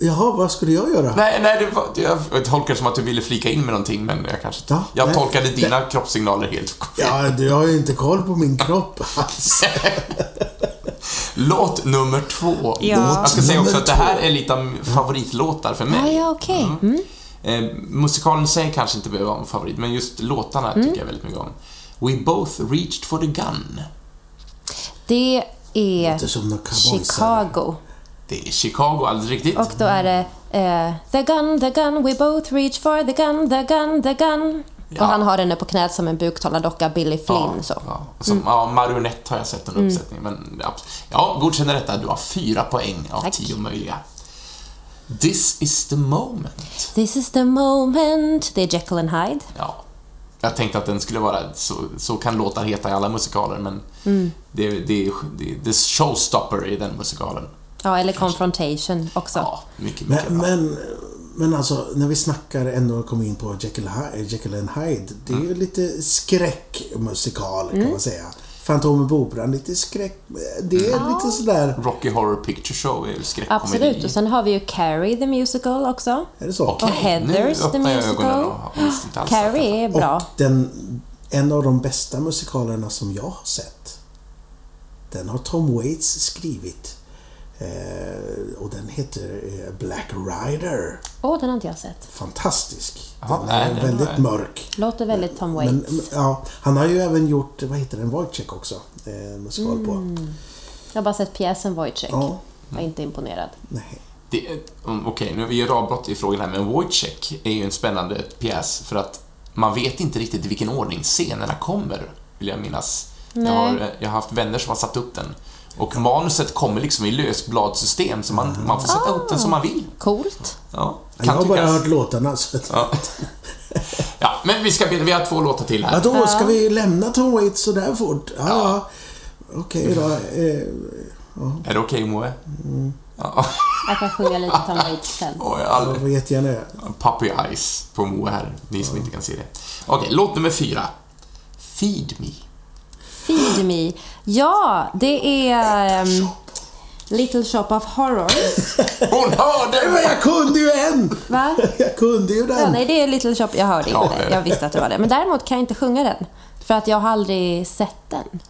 A: Jaha, vad skulle jag göra?
B: Nej, nej, det var, jag tolkar det som att du ville flika in med någonting, men jag kanske...
A: Ja,
B: jag
A: nej.
B: tolkade dina kroppssignaler helt
A: Ja, du har ju inte koll på min kropp alls.
B: Låt nummer två. Jag ska säga också att det här är lite av favoritlåtar för mig.
C: Ja, ja, okej. Mm.
B: Eh, musikalen i sig kanske inte behöver vara en favorit, men just låtarna
C: Mm.
B: tycker jag väldigt mycket om. We both reached for the gun.
C: Det är
A: Det är som någon cowboysare.
C: Chicago.
B: Det är Chicago, alldeles riktigt.
C: Och då är det eh, The gun, the gun, we both reach for the gun, the gun, the gun.
B: Ja.
C: Och han har henne på knät som en buktalardocka, Billy Flynn.
B: ja,
C: Så. Mm.
B: ja. Som, ja, Marionette har jag sett en uppsättning, men ja, ja, godkänner detta. Du har fyra poäng av
C: Tack.
B: tio möjliga. This is the moment.
C: This is the moment. Det är Jekyll and Hyde.
B: Ja. Jag tänkte att den skulle vara, så, så kan låtar heta i alla musikaler, men
C: Mm.
B: det, det, det, det är showstopper i den musikalen.
C: Ja, eller Confrontation också.
B: Ja, mycket, mycket
A: Men,
B: bra.
A: men, men alltså, när vi snackar ändå kom in på Jekyll, Hy- Jekyll and Hyde. Det är ju lite skräckmusikal
C: Mm.
A: kan man säga. Fantomen på Operan, lite skräck. Det är
B: Mm.
A: lite sådär...
B: Rocky Horror Picture Show är ju skräckkomedi.
C: Absolut. Och sen har vi ju Carrie the Musical också.
A: Är det så?
B: Okej,
C: och Heathers,
B: nu
C: the
B: öppnar jag
C: musical.
B: ögonen och har visst inte alls att
C: Carrie är bra.
A: Och den, en av de bästa musikalerna som jag har sett. Den har Tom Waits skrivit. Eh, och den heter eh, Black Rider.
C: Åh, den har inte jag sett.
A: Fantastisk.
B: Jaha,
A: Den
B: nej,
A: är
B: den
A: väldigt
B: var-
A: mörk.
C: Låter väldigt Tom Waits.
A: Men, ja, han har ju även gjort, vad heter den, Wojciech också. Eh, musikal på.
C: Jag har bara sett pjäsen Wojciech.
A: Ja.
C: Var inte imponerad.
A: Nej.
B: Det är- mm, Okej, nu har vi ju avbrott i frågan här, men Wojciech är ju en spännande pjäs för att man vet inte riktigt i vilken ordning scenerna kommer, vill jag minnas. Jag har, jag har haft vänner som har satt upp den. Och manuset kommer liksom i lösbladssystem, så man, man får sätta upp den som man vill.
C: Coolt.
B: Ja,
A: Ah. Jag har bara
B: tyckas.
A: hört låtarna. Så att...
B: Ja. ja, men vi, ska, vi har två låtar till här.
A: Vadå, ska vi lämna Tom Waits sådär fort? Ja, ja. Okej då. Eh,
B: Är det okej, Moe?
A: Mm.
B: Ja,
C: Jag kan sjunga lite Tom Waits sen.
B: oj, jag har
A: jag
B: aldrig-
A: får jättegärna göra.
B: Puppy Eyes på Moe här, ni som inte kan se det. Okej, låt nummer fyra. Feed Me.
C: Feed Me. Ja, det är... ehm, Little Shop of Horrors.
B: Hon hörde!
A: Men jag kunde ju en!
C: Va?
A: Jag kunde ju
C: Ja,
A: den.
C: nej, det är Little Shop. Jag hörde
B: Ja, det är
C: inte.
B: det.
C: Jag visste att det var det. Men däremot kan jag inte sjunga den. För att jag har aldrig sett den.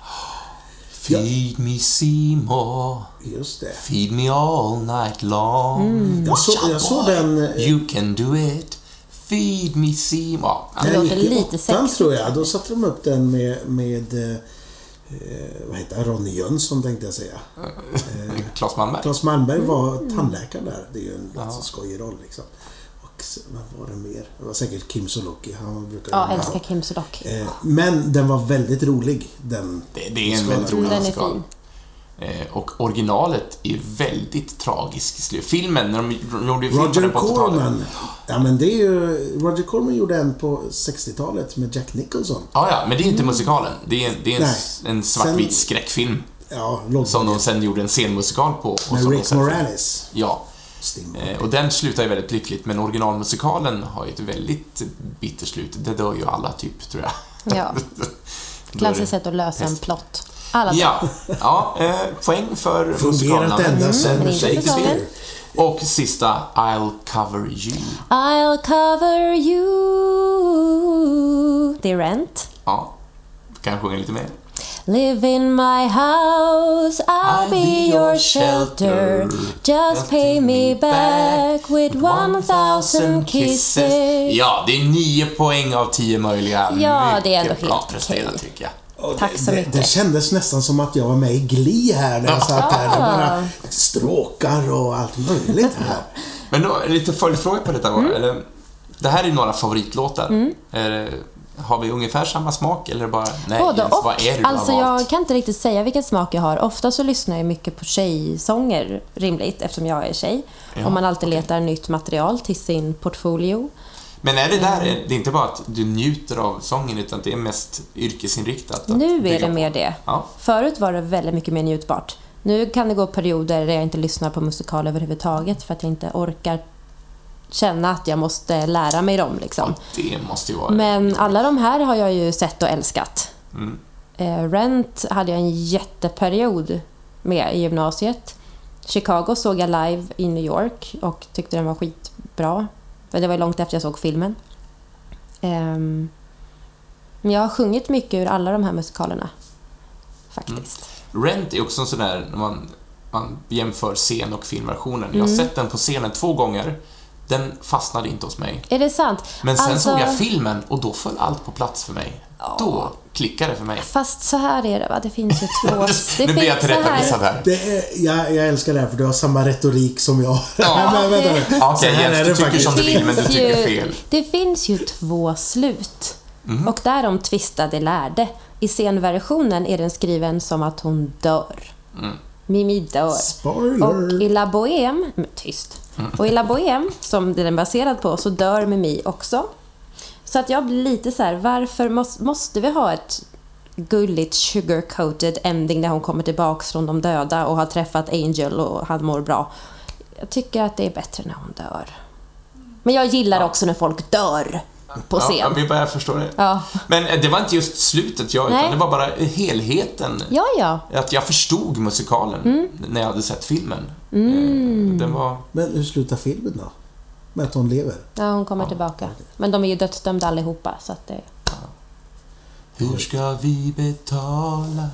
B: Feed me Seymour,
A: Just det.
B: feed me all night long.
A: Mm. Jag, så, jag såg den... eh,
B: You can do it, feed me Seymour.
A: när jag
C: låter
A: gick i
C: lite
A: åttan,
C: sexigt.
A: tror jag. Då satte de upp den med... med eh, eh, vad heter han? Ronny Jönsson tänkte jag säga.
B: Claes Malmberg.
A: Eh, Claes Malmberg
C: Mm.
A: var tandläkaren där. Det är ju en ganska skojig roll liksom. Och s- vad var det mer? Det var säkert Kim Sulocki. Han brukar
C: Ja, älskar Kim Sudok.
A: Eh, Men den var väldigt rolig, den.
B: Det, det är en
A: Skål.
B: väldigt
A: Mm,
B: rolig
C: den är
B: musikal.
C: fin.
B: Eh, Och originalet är väldigt tragisk i slutet. Filmen, när de gjorde filmen
A: Roger
B: på 80-talet.
A: Corman. Ja, men det är ju... Roger Corman gjorde en på 60-talet med Jack Nicholson.
B: Ja, ja, men det är inte musikalen. Det är, det är en,
A: Mm. Nej.
B: en svartvit
A: Sen-
B: skräckfilm
A: Ja,
B: som de
A: lågbudget.
B: sen gjorde en scenmusikal på. och som
A: Med
B: de
A: Rick
B: sen-
A: Moranis.
B: Ja.
A: Sting.
B: Eh, Och den slutar ju väldigt lyckligt, men originalmusikalen har ju ett väldigt bittert slut. Det dör ju alla, typ, tror jag.
C: Ja, klassiskt sätt att lösa en
B: Pest.
C: plott. Alla
B: Ja, ja eh, poäng för
A: Fungerat
B: musikalnamnet.
A: ända
C: Mm, men
A: sedan
C: inte för
A: Shakespeare.
C: sången.
B: Och sista, I'll cover you.
C: I'll cover you. Det är Rent.
B: Ja, kan jag sjunga lite mer?
C: Live in my house, I'll, be your shelter. Just pay me back with one thousand kisses.
B: Ja, det är nio poäng av tio möjliga.
C: Ja, det är ändå
B: Mycket bra
C: helt
B: presterat,
C: okej.
B: tycker jag.
A: Och
C: Tack
A: det-
C: så
A: det,
C: mycket.
A: Det kändes nästan som att jag var med i Glee här när jag satt här. Det var bara stråkar och allt möjligt här.
B: Men då, lite följdfråga på detta. Mm. Eller, det här är några favoritlåtar.
C: Mm.
B: Är det- har vi ungefär samma smak eller bara... Nej,
C: Både
B: Jens,
C: och.
B: vad är det du
C: Alltså
B: har
C: jag
B: valt?
C: kan inte riktigt säga vilken smak jag har. Ofta så lyssnar jag mycket på tjejsånger, rimligt, eftersom jag är tjej.
B: Ja,
C: och man alltid letar nytt material till sin portfolio.
B: Men är det där, det är inte bara att du njuter av sången utan det är mest yrkesinriktat? att
C: Nu är
B: bygga
C: det
B: på.
C: mer det.
B: Ja.
C: Förut var det väldigt mycket mer njutbart. Nu kan det gå perioder där jag inte lyssnar på musikal överhuvudtaget för att jag inte orkar känna att jag måste lära mig dem. Liksom.
B: ja, det måste ju vara...
C: Men alla de här har jag ju sett och älskat.
B: Mm.
C: Eh, Rent hade jag en jätteperiod med i gymnasiet. Chicago såg jag live i New York och tyckte den var skitbra. För det var ju långt efter jag såg filmen. Ehm, Men jag har sjungit mycket ur alla de här musikalerna. Faktiskt.
B: Rent är också en sån där, när man, man jämför scen och filmversionen. Jag har
C: Mm.
B: sett den på scenen två gånger. Den fastnade inte hos mig.
C: Är det sant?
B: Mm. Men sen
C: Alltså-
B: såg jag filmen och då föll allt på plats för mig. Då klickade det för mig.
C: Fast så här är det va? Det finns ju två...
B: nu blir jag
C: finns så här-
B: tillrättavisad här.
A: Det är, jag, jag älskar det här för du har samma retorik som jag.
B: Ja.
A: men, vänta nu.
B: Ja, Okej
A: Så här är
B: Jens,
A: det
B: du tycker
A: faktiskt.
B: som du vill men du
C: finns
B: tycker
C: ju-
B: fel. Mhm.
C: Det finns ju två slut. Och därom tvistade lärde. I scenversionen är den skriven som att hon dör.
B: Mm.
C: Mimi dör. Och i
A: Spoiler!
C: La Bohème, men tyst. Och i La Bohème, som den är baserad på, så dör Mimi också. Så att jag blir lite så här, varför måste, måste vi ha ett gulligt sugar-coated ending där hon kommer tillbaks från de döda och har träffat Angel och han mår bra? Jag tycker att det är bättre när hon dör. Men jag gillar också när folk dör på
B: Ja, Ja,
C: scen.
B: vi börjar förstå det.
C: Ja.
B: Men eh, det var inte just slutet jag,
C: Nej. Mm.
B: utan det var bara helheten.
C: Ja, ja.
B: Att jag förstod musikalen
C: Mm.
B: när jag hade sett filmen. Eh, Den var...
A: Men hur slutar filmen då? Med att hon lever?
C: Ja, hon kommer tillbaka. Men de är ju dödsdömda allihopa, så att det...
B: Hur ska vi betala?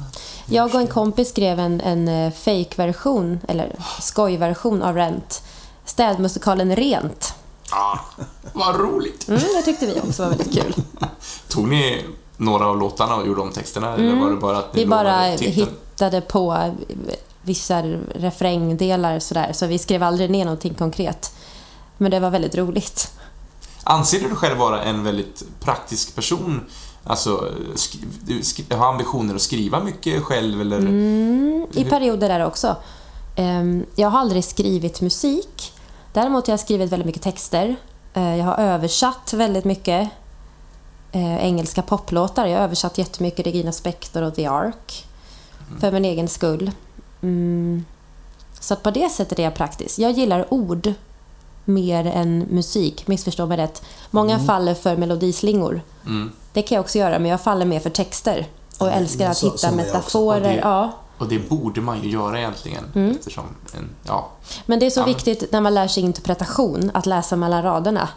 C: Jag och en kompis skrev en, en eh, fake-version, eller skojversion av Rent. Städmusikalen Rent.
B: Ah, vad roligt!
C: Mm, det tyckte vi också var väldigt kul.
B: Tog ni några av låtarna och gjorde om texterna eller var det bara att ni
C: Vi Mm. bara
B: lånade titeln?
C: hittade på vissa refrängdelar sådär. Så vi skrev aldrig ner någonting konkret. Men det var väldigt roligt.
B: Anser du dig själv vara en väldigt praktisk person? Alltså, sk- du sk- har ambitioner att skriva mycket själv eller?
C: Mm, I perioder där också. Ehm, Jag har aldrig skrivit musik. Däremot har jag skrivit väldigt mycket texter. Eh, Jag har översatt väldigt mycket eh, engelska poplåtar. Jag har översatt jättemycket Regina Spektor och The Ark. För min egen skull. Mm. Så att på det sättet är jag praktisk. Jag gillar ord mer än musik, missförstå mig rätt. Många
A: Mm.
C: faller för melodislingor.
B: Mm.
C: Det kan jag också göra, men jag faller mer för texter. Och
A: Ja,
C: jag älskar
A: men
C: att
A: så-
C: hitta
A: sån är jag också.
C: metaforer.
B: Och det-
C: ja.
B: Och det borde man ju göra egentligen
C: Mm.
B: eftersom, en, ja.
C: Men det är så
B: Ja, men-
C: viktigt när man lär sig interpretation, att läsa mellan raderna.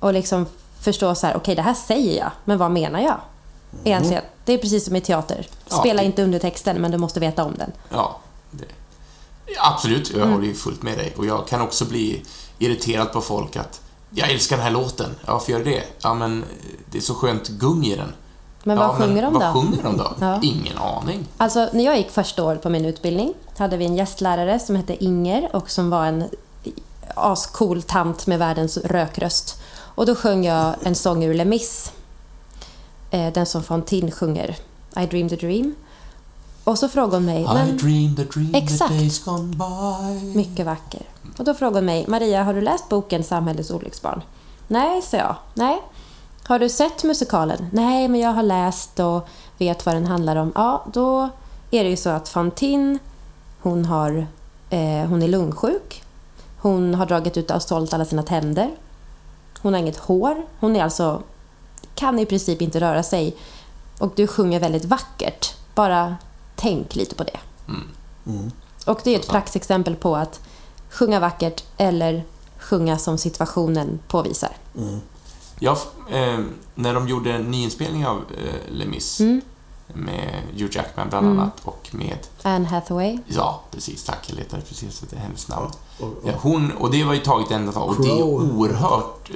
C: Och liksom förstå så här, okej det här säger jag, men vad menar jag? Egentligen. Det är precis som i teater.
B: Mm. Ja,
C: Spela
B: det-
C: inte undertexten, men du måste veta om den.
B: Ja, det. Absolut, jag
C: Mm.
B: håller ju fullt med dig. Och jag kan också bli irriterad på folk att jag älskar den här låten. Ja, varför gör du det? Ja, men eh, det är så skönt gung i den.
C: Men
B: ja,
C: vad sjunger de
B: vad
C: då?
B: sjunger de då?
C: Ja.
B: Ingen aning.
C: Alltså, när jag gick första året på min utbildning hade vi en gästlärare som hette Inger och som var en ascool tant med världens rökröst. Och då sjöng jag en sång ur Les Mis. Eh, Den som Fontin sjunger, I dreamed a dream. Och så frågade hon mig,
B: I
C: men
B: dream the dream
C: Exakt.
B: the days gone by.
C: Mycket vacker. Och då frågade hon mig, Maria, har du läst boken Samhällets olycksbarn? Nej, sa jag. Nej. Har du sett musikalen? Nej, men jag har läst och vet vad den handlar om. Ja, då är det ju så att Fantin, hon, har, eh, hon är lungsjuk. Hon har dragit ut och sålt alla sina tänder. Hon har inget hår. Hon är alltså, kan i princip inte röra sig. Och du sjunger väldigt vackert. Bara tänk lite på det.
B: Mm.
C: Och det är ett praktexempel på att sjunga vackert eller sjunga som situationen påvisar.
B: Mm. Ja, f- eh, när de gjorde en nyinspelning av eh, Les Mis
C: Mm.
B: med Hugh Jackman bland annat och med,
C: Anne Hathaway.
B: ja precis, tack, jag letade precis efter hennes namn.
A: Och, och,
B: Ja, hon, och det var ju taget ända tag och det är
A: Crow.
B: oerhört eh,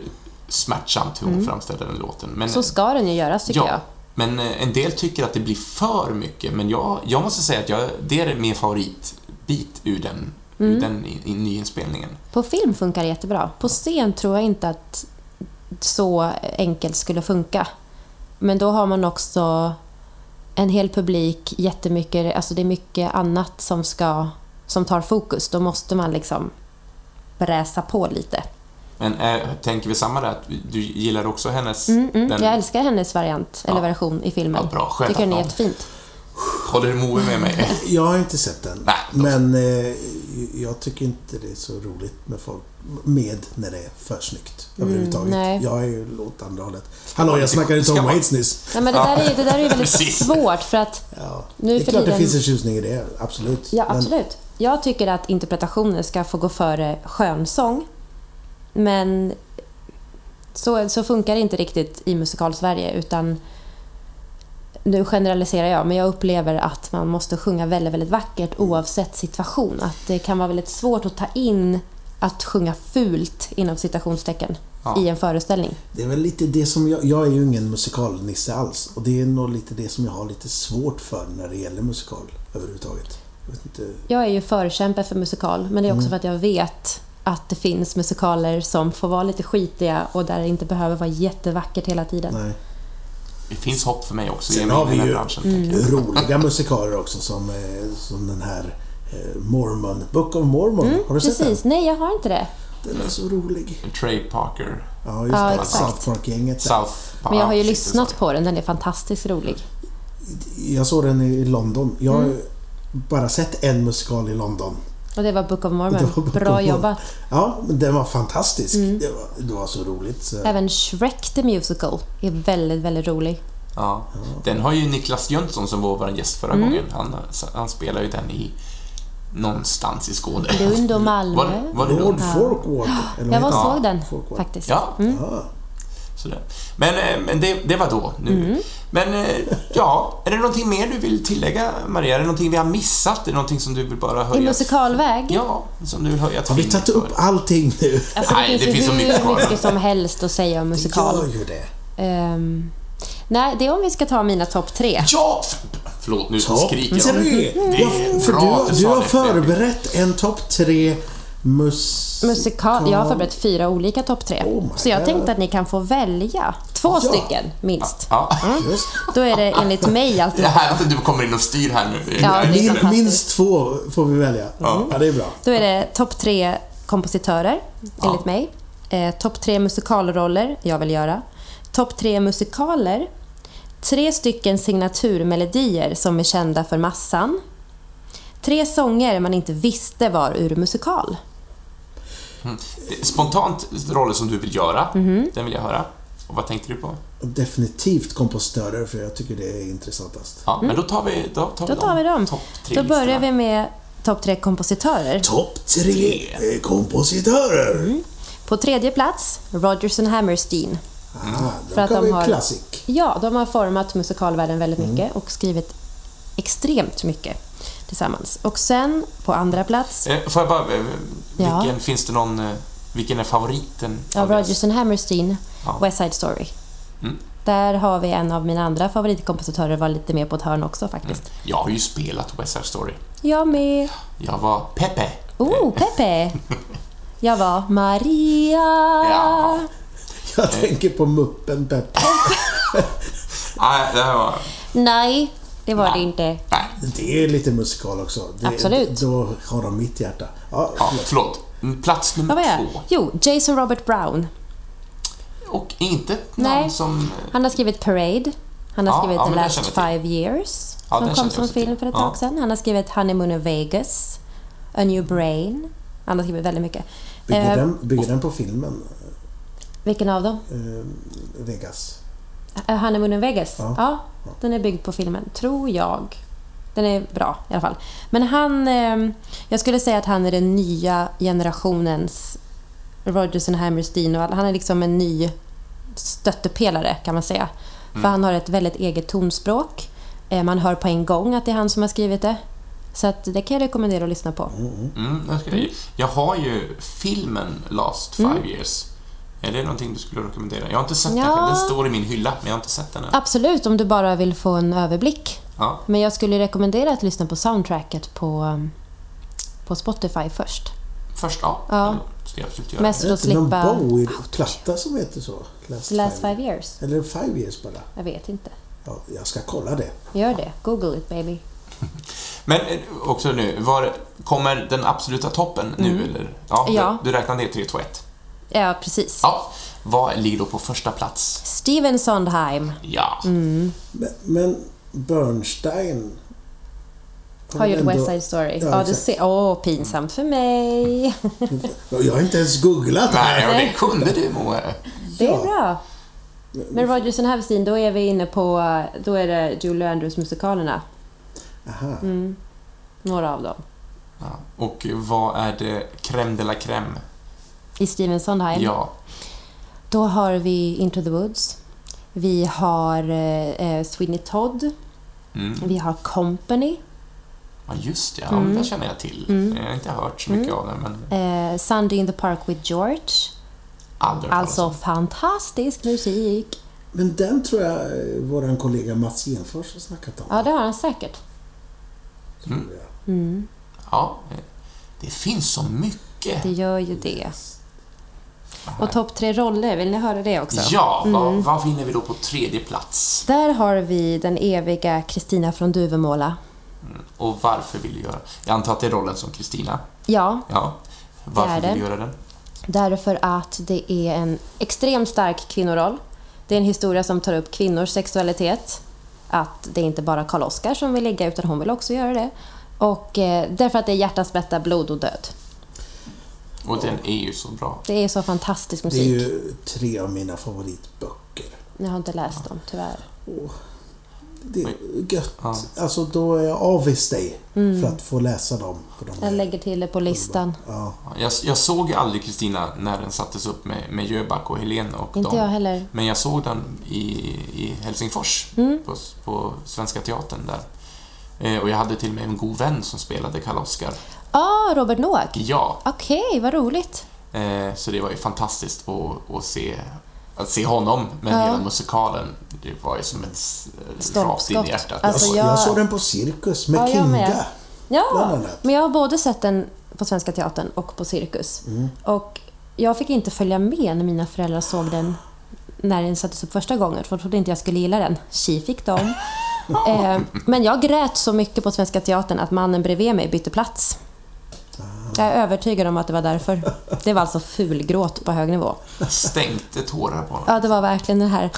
B: smärtsamt hur hon framställde den låten. Men,
C: Mm. Så ska den ju göras tycker
B: ja, men eh, en del tycker att det blir för mycket, men jag, jag måste säga att jag, det är min favoritbit ur den,
C: Mm.
B: ur den i, i nyinspelningen.
C: jag. På film funkar det jättebra. På scen tror jag inte att så enkelt skulle funka. Men då har man också en hel publik, jättemycket, alltså det är mycket annat som, ska, som tar fokus. Då måste man liksom bräsa på lite.
B: Men eh, tänker vi samma där, att du gillar också hennes...
C: Mm, mm.
B: den,
C: Jag älskar hennes variant, eller
B: Ja.
C: version i filmen.
B: Ja, bra. Skönt
C: Tycker den
B: att
C: är
B: någon-
C: jättefint.
B: Håller Moe med mig?
A: Jag har inte sett den.
B: Nej, då-
A: men eh, jag tycker inte det är så roligt med folk med när det är för snyggt. Överhuvudtaget.
C: Mm, nej.
A: jag är ju åt andra hållet. Hallå, jag snackade inte
B: Ska
A: om
B: man-
A: aids nyss.
C: Nej, men det, där är, det där är ju väldigt
B: Precis.
C: svårt för att...
A: Ja.
C: Nu
A: det är
C: för
A: klart det
C: tiden-
A: finns en tjusning i det, absolut.
C: Ja,
A: Men-
C: absolut. Jag tycker att interpretationer ska få gå före skönsång. Men så, så funkar det inte riktigt i musikalsverige utan nu generaliserar jag, men jag upplever att man måste sjunga väldigt, väldigt vackert oavsett situation. Att det kan vara väldigt svårt att ta in att sjunga fult inom citationstecken
B: Ja.
C: i en föreställning.
A: Det är väl lite det som jag... Jag är ju ingen musikalnisse alls. Och det är nog lite det som jag har lite svårt för när det gäller musikal överhuvudtaget. Jag vet inte.
C: Jag är ju förkämpe för musikal, men det är
A: Mm.
C: också för att jag vet att det finns musikaler som får vara lite skitiga och där det inte behöver vara jättevackert hela tiden.
A: Nej.
B: Det finns hopp för mig också
A: Sen
B: genom
A: har vi
B: den här
A: ju-
B: branschen.
C: Mm.
B: tänker jag.
A: Roliga musikaler också som, eh, som den här eh, Mormon. Book of Mormon. har du sett
C: Mm, Precis, nej jag har inte det.
A: den? Den är så rolig.
B: Trey Parker.
A: Ja, just
C: Ja,
A: det.
C: exakt.
A: South Park-gänget. där.
B: South
A: Ah,
C: Men jag har ju
B: Park,
C: lyssnat
B: precis.
C: på den, den är fantastiskt rolig.
A: Jag såg den i London. Jag har
C: Mm.
A: ju bara sett en musikal i London.
C: Och det var Book of Mormon.
A: Det var Book of
C: Bra
A: Mormon.
C: jobbat.
A: Ja, men den var fantastisk.
C: Mm.
A: Det, var, det var så roligt. Så.
C: Även Shrek the Musical är väldigt, väldigt rolig.
B: Ja. Den har ju Niklas Jönsson som var vår gäst förra
C: Mm.
B: gången. Han, han spelar ju den i någonstans i Skåne.
C: Lund och
B: Var,
C: Malmö.
B: var det
A: Lord
B: Lund?
A: Forkwater. eller vad
C: Jag var och
A: heter
C: såg den
A: Folkvård.
C: faktiskt.
B: Ja,
A: den? Ja.
B: sådär. Men, eh, men det, det var då. Nu.
C: Mm.
B: Men eh, ja, är det någonting mer du vill tillägga Maria? Är det någonting vi har missat? Är det någonting som du vill bara höja?
C: I musikalväg.
B: Ja, som du vill höja ett
A: Har vi
B: finger
A: tagit
B: för?
A: upp allting nu?
C: Alltså, det
B: Nej,
C: finns
B: det
C: ju
B: finns så
C: hur
B: mycket
C: mycket,
B: kvar.
C: som helst att säga om musikal.
A: Gör ju det.
C: Ehm, nej, det är om vi ska ta mina topp tre.
B: Ja! f- Förlåt, nu
A: Topp
B: skriker
A: tre!
B: de. Det är
A: Jag, för
B: bra att
A: du, du
B: sa
A: har
B: det.
A: förberett en topp tre mus...
C: Musikal. Jag har förberett fyra olika topp tre.
A: Oh my
C: så jag
A: God.
C: tänkte att ni kan få välja två
A: Ja.
C: stycken, minst.
B: Ja.
A: Just.
C: Då är det enligt mig alltid...
B: Det här att du kommer in och styr här nu. Det är-
C: Ja, det är
A: Min,
C: fantastiskt.
A: minst två får vi välja. Ja, det är bra.
C: Då är det topp tre kompositörer, enligt mig. Eh, topp tre musikalroller jag vill göra. Topp tre musikaler. Tre stycken signaturmelodier som är kända för massan. Tre sånger man inte visste var ur musikal.
B: Spontant roller som du vill göra, den vill jag höra. Och vad tänkte du på?
A: Och Definitivt kompositörer, för jag tycker det är intressantast.
B: Ja, men då tar vi Då tar vi,
C: Mm. Då tar vi dem.
B: Topp tre
C: Då börjar
B: listorna.
C: vi med topp tre kompositörer.
A: Topp tre eh, kompositörer!
C: Mm. På tredje plats, Rodgers and Hammerstein.
A: Ah,
C: För
A: de
C: att
A: kan
C: de
A: vi
C: har-
A: klassik.
C: Ja, de har format musikalvärlden väldigt
B: Mm.
C: mycket och skrivit extremt mycket tillsammans. Och sen på andra plats,
B: Eh, Får jag bara... eh,
C: Ja.
B: Vilken, finns det någon... eh, Vilken är favoriten?
C: ja,
B: av deras?
C: Rodgers and Hammerstein,
B: Ja.
C: West Side Story.
B: Mm.
C: Där har vi en av mina andra favoritkompositörer, var lite med på ett hörn också faktiskt.
B: Jag har ju spelat West Side Story.
C: Jag med.
B: Jag var Pepe. Eh,
C: Oh, Pepe! Jag var Maria.
B: Ja.
A: Jag tänker på muppen Peppa.
B: Nej, det här var...
C: Nej, det var det
B: Nej.
C: inte.
B: Nej.
A: Det är lite musikal också. Det,
C: Absolut.
A: Då har de mitt hjärta. Ja,
B: Ja, förlåt. Mm, Plats
C: Vad var
B: nummer
C: jag?
B: två.
C: Jo, Jason Robert Brown.
B: Och inte någon
C: Nej.
B: som... eh,
C: Han har skrivit Parade. Han har
B: Ja,
C: skrivit
B: ja,
C: The
B: men den
C: Last
B: känner
C: Five Years.
B: Ja, den känner
C: som kom
B: jag
C: som
B: också till.
C: film för ett
B: Ja.
C: tag sedan. Han har skrivit Honeymoon in Vegas. A New Brain. Han har skrivit väldigt mycket.
A: Bygger,
C: Eh,
A: den, bygger den på filmen
C: vilken av dem?
A: eh, Vegas?
C: Eh, Honeymoon in Vegas? Ja.
A: Ja.
C: Den är byggd på filmen, tror jag. Den är bra i alla fall. Men han... Eh, jag skulle säga att han är den nya generationens Rodgers and Hammerstein. Och all- han är liksom en ny stöttepelare kan man säga. För han har ett väldigt eget tonspråk. Eh, man hör på en gång att det är han som har skrivit det. Så att det kan jag rekommendera att lyssna på.
B: Mm, jag, ska, jag har ju filmen Last
C: Mm.
B: Five Years. Är det någonting du skulle rekommendera? Jag har inte sett
C: Ja.
B: den. Den står i min hylla, men jag har inte sett den än.
C: Absolut, om du bara vill få en överblick.
B: Ja.
C: Men jag skulle rekommendera att lyssna på soundtracket på, eh, på Spotify först.
B: Först, ja.
C: Ja.
B: Det Mm, ska jag absolut göra.
C: Mest
A: Är
C: för
A: det
C: att
A: inte någon
C: slippa...
A: Bowie-platta som heter så? Last,
C: The last five years?
A: Eller Five Years bara.
C: Jag vet inte.
A: Ja, jag ska kolla det.
C: Gör det. Google it baby.
B: Men eh, också nu, var kommer den absoluta toppen nu eller? Ja,
C: Mm. Ja.
B: Du, du räknar ner 3, 2, 1.
C: Ja, precis.
B: Ja. Vad ligger då på första plats?
C: Steven Sondheim
B: Ja.
C: Mm.
A: Men, men Bernstein...
C: har gjort
A: ändå-
C: West Side Story.
A: Ja,
C: Ja, du
A: exakt.
C: ser. Åh, pinsamt för mig.
A: Ja, Jag har inte ens googlat här.
B: Nej, och det kunde du Moe.
C: Det är
A: Ja.
C: bra. Men Rodgers and Hammerstein, då är vi inne på... Då är det Julie Andrews-musikalerna.
A: Aha.
C: Mm. Några av dem.
B: Ja. Och vad är det crème de la crème?
C: I Steven Sondheim.
B: Ja.
C: Då har vi Into the Woods. Vi har eh, eh, Sweeney Todd.
B: Mm.
C: Vi Mm. har Company.
B: Ja, just det. Ja, Den känner jag till.
C: Mm.
B: Jag har inte hört så mycket av den, men
C: Eh, Sunday in the Park with George.
B: aldrig hört talas
C: Alltså
B: om.
C: fantastisk musik.
A: Men den tror jag eh, våran kollega Mats Genfors har snackat om.
C: Ja, det har han säkert.
B: Mm.
A: tror jag.
C: Mm.
B: Ja. eh, Det finns så mycket.
C: Det gör ju det. Och topp tre roller, vill ni höra det Mm. också?
B: Ja, vad, vad finner vi då på tredje plats?
C: Där har vi den eviga Kristina från Duvemåla.
B: Och varför vill du göra? Jag antar att det är rollen som Kristina.
C: Ja,
B: Ja. Varför
C: Det är
B: vill du göra den?
C: därför att det är en extremt stark kvinnoroll. Det är en historia som tar upp kvinnors sexualitet. Att det är inte bara Karl Oskar som vill ligga, utan hon vill också göra det. Och eh, därför att det är hjärtas bästa blod och död.
B: Och den är ju så bra.
C: Det är så fantastisk
A: Det är
C: musik.
A: ju tre av mina favoritböcker.
C: Jag har inte läst dem, tyvärr.
A: Det är gött. Alltså, då är jag avis dig för att få läsa dem. För de
C: Jag
A: är-
C: Mm. lägger till det på listan.
A: ja.
B: Jag, jag såg ju aldrig Kristina när den sattes upp med, med Jöback och Helen och
C: Inte
B: dem.
C: jag heller.
B: Men jag såg den i, i Helsingfors,
C: Mm.
B: på, på Svenska Teatern där. Eh, och jag hade till och med en god vän som spelade Karl Oskar.
C: Ah, Robert Noack!
B: Ja,
C: Okej, vad roligt.
B: eh, så det var ju fantastiskt att, att se Att se honom med hela musikalen, det var ju som ett s- rakt in i
C: Stolpskott.
B: hjärtat.
A: Jag,
C: Alltså,
A: så-
C: jag-
A: jag såg den på Cirkus med
C: Ja, jag med.
A: Kinga. Bland
C: Ja,
A: annat.
C: men jag har både sett den på Svenska Teatern och på Cirkus. Och jag fick inte följa med när mina föräldrar såg den när den sattes upp första gången, för de trodde inte jag skulle gilla den. Tji fick de. eh, men jag grät så mycket på Svenska Teatern att mannen bredvid mig bytte plats. Jag är övertygad om att det var därför. Det var alltså fulgråt på hög nivå.
B: Stänkte tårar på honom.
C: Ja, det var verkligen det här...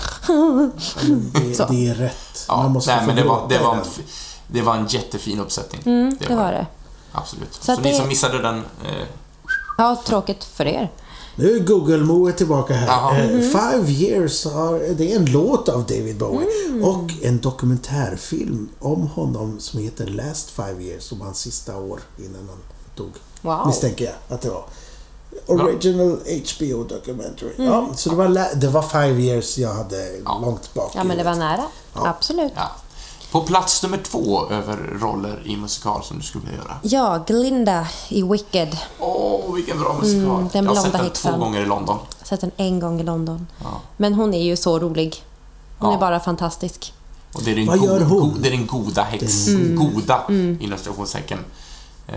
A: Det,
C: Så.
A: det är rätt.
B: Ja,
A: Man måste
B: nej,
A: få
B: men det, var,
A: gråta
B: det,
A: i
B: var en,
A: den.
B: f- det var en jättefin uppsättning.
C: Mm, Det var det.
B: Absolut. Så,
C: Så att
B: ni
C: det-
B: som missade den, eh,
C: Ja, tråkigt för er.
A: Nu är Google-Moe tillbaka
B: Jaha.
A: här. Eh,
C: Mm-hmm.
A: Five years har, det är en låt av David Bowie.
C: Mm.
A: Och en dokumentärfilm om honom som heter Last Five Years, som hans sista år innan han dog.
C: Wow.
A: Misstänker jag att det var. Original HBO documentary. Ja, så det var, la- det var Five years jag hade långt bak.
C: Mm. Ja, men det var nära. Absolut.
B: ja. På plats nummer två över roller i musikal som du skulle vilja göra.
C: Ja, Glinda i Wicked.
B: Åh, vilken bra musikal.
C: Mm, den
B: jag har sett
C: blonda
B: den två
C: häxan.
B: gånger i London.
C: Sett den en gång i London. Men hon är ju så rolig. Hon
B: Ja.
C: är bara fantastisk.
B: Och det är den,
A: Vad gör hon?
B: go- det är den goda häx,
C: Mm.
B: goda inom citationstecken. Eh,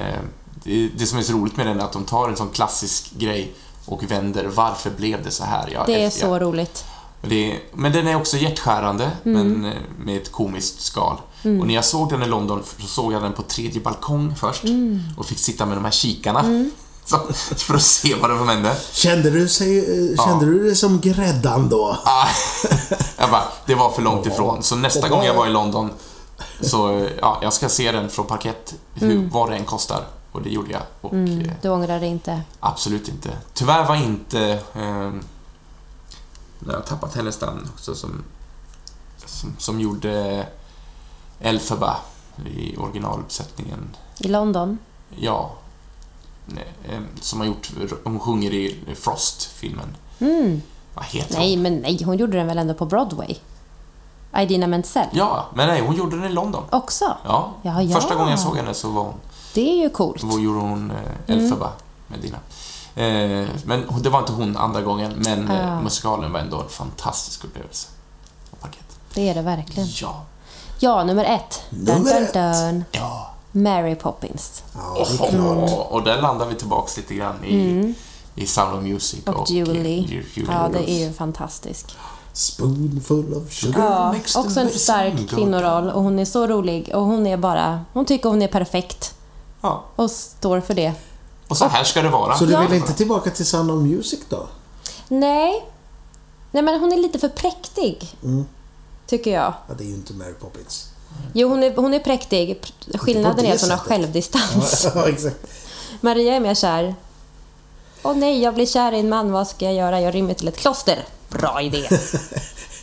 B: det, det som är så roligt med den är att de tar en sån klassisk grej och vänder varför blev det så här? Jag
C: Det är
B: älskar-
C: så roligt.
B: Och Det, men den är också hjärtskärande, men eh, med ett komiskt skal. Och när jag såg den i London så såg jag den på tredje balkong först och fick sitta med de här kikarna så, för att se vad det var som hände.
A: Kände du, sig, eh, kände du dig som gräddan då?
B: Ah, jag bara, det var för långt ifrån. Så nästa gång jag var i London så, eh, ja, jag ska se den från parkett, hur, vad det än kostar. Och det gjorde jag. Och eh,
C: Mm, Du ångrar dig inte.
B: absolut inte. Tyvärr var inte... Eh, när jag har tappat hennes namn också som, som, som gjorde Elphaba i originaluppsättningen.
C: I London.
B: Ja. Nej, eh, Som har gjort, hon sjunger i Frost-filmen.
C: Mm.
B: Vad heter hon?
C: Nej, men nej. Hon gjorde den väl ändå på Broadway? Idina Menzel?
B: Ja, men nej, hon gjorde den i London.
C: Också?
B: Ja,
C: Ja, ja.
B: första gången jag såg henne så var hon,
C: Det är ju coolt.
B: då gjorde hon eh, Elphaba
C: Mm.
B: med Dina. Eh, men hon- det var inte hon andra gången, men eh,
C: Ah.
B: musikalen var ändå en fantastisk upplevelse. Och Parkett.
C: Det är det verkligen.
B: Ja.
C: Ja, nummer ett. Dun,
A: Nummer
C: dun,
A: ett.
C: dun.
B: ja.
C: Mary Poppins.
A: Ja, det är
B: Och-
A: klart.
B: Och, och där landar vi tillbaks lite grann i, i Sound of Music
C: Mm. Och
B: eh,
C: Julie.
B: Ju- Julie
C: Ja,
B: Roberts.
C: det är ju fantastisk.
A: Spoonful of sugar.
C: Ja,
B: makes the
C: också en
B: medicine
C: stark
B: go
C: kvinnoroll och hon är så rolig och hon är bara... Hon tycker hon är perfekt
B: Ja.
C: och står för det.
B: Och så här ska det vara.
A: Så du
C: Ja.
A: vill inte tillbaka till Sound of Music då?
C: Nej. Nej, men hon är lite för präktig. Tycker jag.
A: Ja, det är ju inte Mary Poppins.
C: Jo, hon är, hon är präktig. Pr-
A: Inte
C: Skillnaden
A: på
C: är
A: det
C: att hon har
A: sättet.
C: självdistans.
A: Ja, exakt.
C: Maria är mer kär. Åh nej, jag blir kär i en man. Vad ska jag göra? Jag rymmer till ett kloster. Bra idé.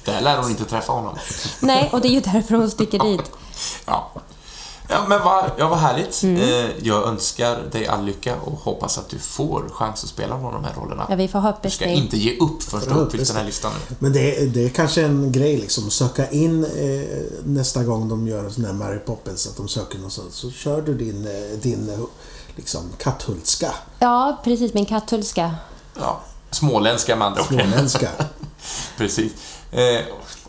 B: Där lär hon inte träffa honom.
C: nej, och det är ju därför hon sticker dit.
B: Ja. Ja, men vad, ja, vad härligt.
C: Mm.
B: Eh, jag önskar dig all lycka och hoppas att du får chans att spela någon av de här rollerna.
C: Ja, vi får
B: Du
C: hoppas
B: ska
C: det.
B: inte ge upp förrän du har uppfyllt den här listan nu.
A: Men det, är- det är kanske en grej liksom, att söka in eh, nästa gång de gör en sån här Mary Poppins, att de söker någon sån, så kör du din, eh, din eh, liksom, katthultska,
C: Ja, precis. Min katthulska.
B: Ja. Småländska med andra ord.
A: småländska.
B: Precis. Eh,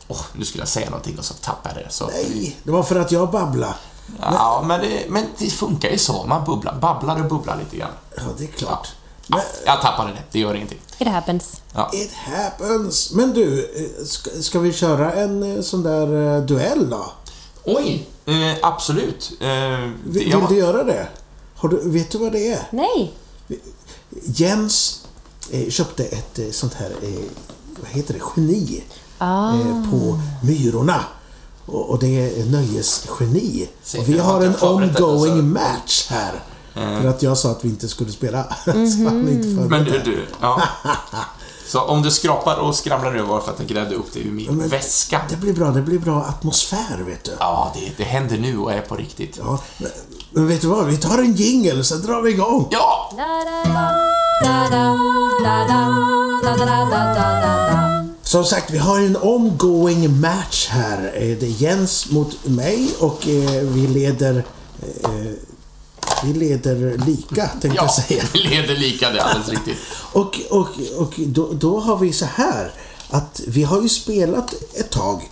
B: åh, nu skulle jag säga någonting och så tappade jag det. Så.
A: Nej, det var för att jag babblade.
B: Ja, men det, men det funkar ju så. Man bubblar, babblar och bubblar lite grann.
A: Ja, det är klart.
B: Ja, jag tappade det. Det gör ingenting.
C: It happens.
B: Ja.
A: It happens. Men du, eh, ska, ska vi köra en eh, sån där eh, duell då?
B: Oj! Eh, absolut. Eh, det-
A: Vill,
B: jag-
A: vill du göra det? Har du, vet du vad det är?
C: Nej.
A: Jens eh, köpte ett eh, sånt här, eh, vad heter det, geni
C: Ah.
A: eh, på Myrorna. Och, och det är nöjesgeni.
B: Se,
A: Och vi
B: jag
A: har
B: har
A: en
B: inte förberett detta,
A: ongoing
B: så- Mm.
A: match här. För att jag sa att vi inte skulle spela. så han inte förberett
B: Men
A: det
B: du,
A: här.
B: du ja. Så om du skrapar och skramlar nu var för att jag grävde upp det ur min
A: men-
B: väska.
A: Det blir bra, det blir bra atmosfär vet du.
B: Ja, det, det händer nu och är på riktigt.
A: Ja, men, men vet du vad, vi tar en jingle så drar vi igång.
B: Ja!
A: Som sagt, vi har en ongoing match här. Eh, Det är Jens mot mig och eh, vi leder... eh, Vi leder lika, tänkte jag
B: Ja,
A: säga.
B: det leder lika, det är alldeles riktigt.
A: Och, och, och då, då har vi så här att vi har ju spelat ett tag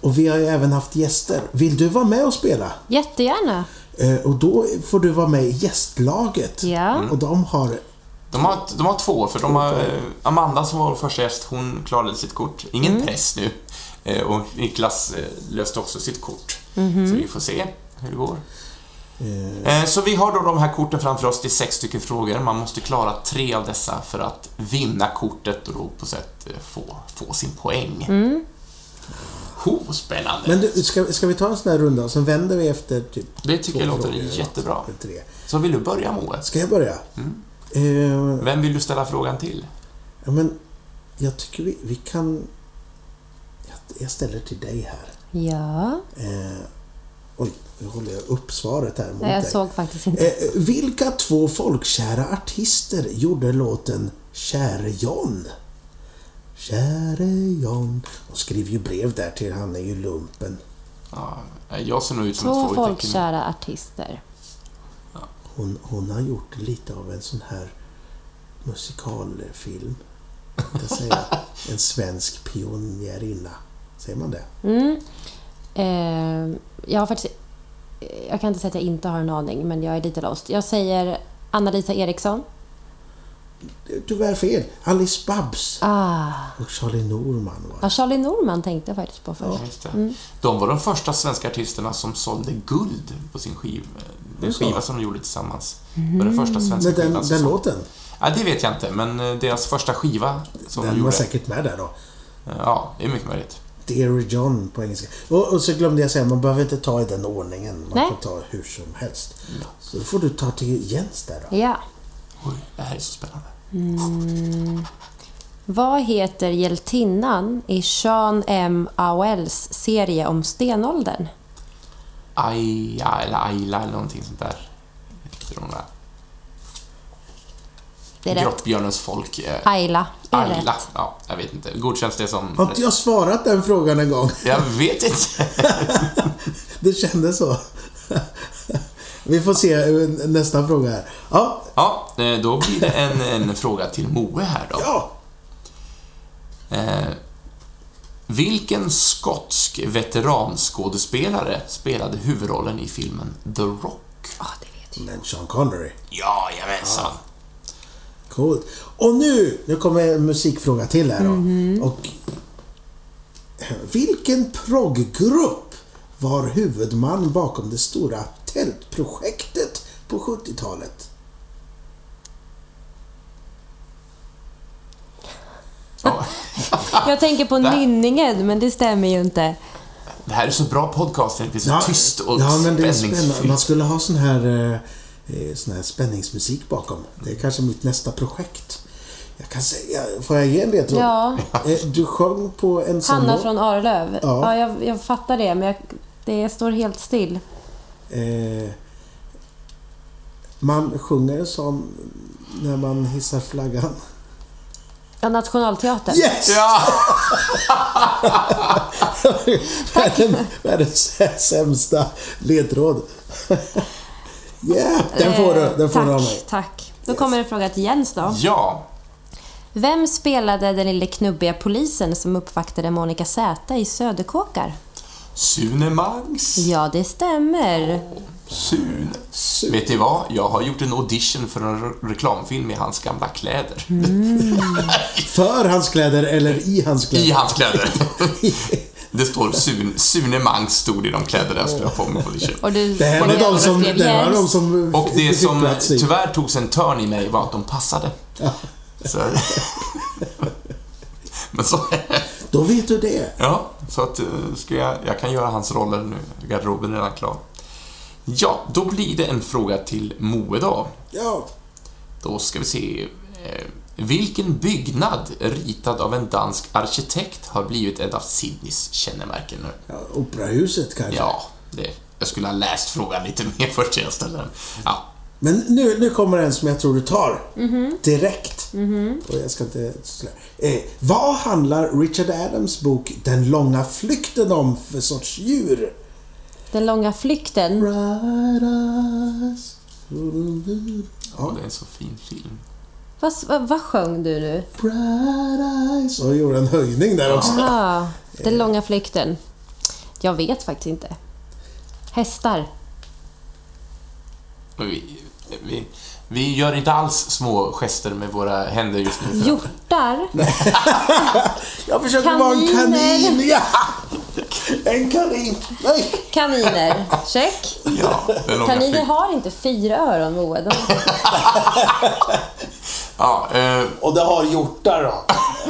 A: och vi har ju även haft gäster. Vill du vara med och spela?
C: Jättegärna.
A: Eh, Och då får du vara med i gästlaget.
C: Ja.
B: Mm.
A: Och de har...
B: De har, de har två, för de har, eh, Amanda som var vår första gäst, hon klarade sitt kort. Ingen press nu. Eh, Och Niklas eh, löste också sitt kort. Så vi får se hur det går. Eh, Så vi har då de här korten framför oss, det är sex stycken frågor. Man måste klara tre av dessa för att vinna kortet och då på sätt eh, få, få sin poäng. Ho, spännande!
A: Men du, ska, ska vi ta en sån här runda och sen vänder vi efter typ
B: Det tycker
A: två
B: jag låter
A: frågor eller
B: jättebra.
A: något, eller Tre.
B: Så vill du börja Moe?
A: Ska jag börja?
C: Mm.
A: Eh,
B: Vem vill du ställa frågan till?
A: ja, men jag tycker vi, vi kan... Jag, jag ställer till dig här.
C: Ja.
A: Eh, oj, nu håller jag upp svaret här mot
C: Nej, jag
A: dig.
C: såg faktiskt inte.
A: Eh, vilka två folkkära artister gjorde låten Käre John? Käre John. De skrev ju brev där till han är ju lumpen.
B: Ja, jag ser nog ut som
C: Två
B: ett frågetecken.
C: folkkära artister.
A: Hon, hon har gjort lite av en sån här musikalfilm. Kan jag säga. En svensk pionjärinna. Säger man det?
C: Eh, Mm. jag har faktiskt... eh, Jag kan inte säga att jag inte har en aning, men jag är lite lost. Jag säger Anna-Lisa Eriksson.
A: Tyvärr fel. Alice Babs
C: Ah.
A: och Charlie Norman var
C: Ja, Charlie Norman tänkte jag faktiskt på först.
B: Just det. De var de första svenska artisterna som sålde guld på sin skiv, den
A: så?
B: skiva som de gjorde tillsammans. Det var den första svenska
A: Men den,
B: skivan som
A: den
B: sålde-
A: låten,
B: Ja, det vet jag inte, men eh, deras första skiva som de
A: den var
B: gjorde.
A: säkert med där då.
B: Eh, Ja, det är mycket möjligt.
A: Dear John på engelska. Och, och så glömde jag säga, man behöver inte ta i den ordningen. Man
C: Nej.
A: kan ta hur som helst. Så då får du ta till Jens där då.
C: Ja.
B: Oj, det här är så spännande.
C: Vad heter hjältinnan i Sean M. Auels serie om stenåldern?
B: Aja, eller Ayla eller någonting sånt där. Heter de där.
C: Det är rätt.
B: Grottbjörnens folk. eh,
C: Ayla. är
B: Ayla.
C: rätt.
B: Ja, jag vet inte. Godkänns det som...
A: Har inte jag svarat den frågan en gång?
B: Jag vet inte.
A: Det kändes så. Vi får se eh, nästa fråga här. Ja,
B: Ja, eh, då blir det en, en fråga till Moe här då.
A: ja.
B: Eh, vilken skotsk veteranskådespelare spelade huvudrollen i filmen The Rock?
C: Ja, Ah, det vet jag.
A: Men Sean Connery.
B: Ja, jajamensan.
A: Coolt. Och nu, nu kommer en musikfråga till här då. Och, vilken proggrupp var huvudman bakom det stora tältprojektet på 70-talet?
B: Ja.
C: Jag tänker på
B: Där.
C: nynningen, men det stämmer ju inte.
B: Det här är så bra podcast, det blir så tyst och
A: ja, men det är spännande. Man
B: spänningsfyllt.
A: skulle ha sån här, eh, eh, sån här spänningsmusik bakom. Det är kanske mitt nästa projekt. Jag kan säga, får jag ge en ledtråd?
C: Ja.
A: Eh, Du sjöng på en sån
C: Hanna
A: låt.
C: från Arlöv.
A: Ja.
C: Ja, jag, jag fattar det, men jag, det står helt still.
A: Eh, man sjunger som när man hissar flaggan.
C: Ja, Nationalteatern.
A: Yes!
B: Ja,
A: Världen- Världens sämsta ledtråd. Yeah, den får du. Den får
C: Eh, tack,
A: du av mig.
C: tack. Då kommer en fråga till Jens då.
B: ja.
C: Vem spelade den lille knubbiga polisen som uppvaktade Monica Z i Söderkåkar?
B: Sune Mangs.
C: Ja, det stämmer.
B: Sune.
A: Sune.
B: Vet ni vad? Jag har gjort en audition för en re- reklamfilm i hans gamla kläder.
A: Mm. För hans kläder eller i hans
B: I
A: kläder?
B: hans kläder. Det står Sune, Sune Mangs stod i de kläderna jag skulle ha på mig på audition.
C: Och du,
A: Det här var
C: och du-
A: de som...
C: skrev
A: Det här var
C: Jens.
A: de som
B: Och det
A: fick
B: som
A: plats i.
B: tyvärr togs en törn i mig var att de passade. Så. Men så,
A: Då vet du det.
B: ja, så att eh, ska jag, jag kan göra hans roller nu. Garderoben är redan klar. Ja, då blir det en fråga till Moe då.
A: Ja.
B: Då ska vi se. eh, Vilken byggnad ritad av en dansk arkitekt har blivit ett av Sydneys kännemärken nu?
A: ja operahuset kanske.
B: Ja, det, jag skulle ha läst frågan lite mer först innan jag ställde den. Ja,
A: Men nu, nu kommer en som jag tror du tar.
C: Mhm.
A: Direkt. Och jag ska inte... slä- Eh, vad handlar Richard Adams bok Den långa flykten om för sorts djur?
C: Den långa flykten.
A: Riders.
B: och det är en så fin film.
C: Vad, vad, vad sjöng du nu?
A: Bright eyes. Och gjorde en höjning där också.
C: Aha,
A: Eh.
C: den långa flykten. Jag vet faktiskt inte. Hästar.
B: Vi, vi, vi gör inte alls små gester med våra händer just nu. för att-
C: Hjortar.
A: Jag försöker vara en
C: Kaniner.
A: kanin. Ja. En kanin. Nej.
C: Kaniner. Check.
B: Ja, den långa
C: Kaniner
B: flyg-
C: har inte fyra öron, Moa. De,
B: ja, eh,
A: Och det har hjortar då.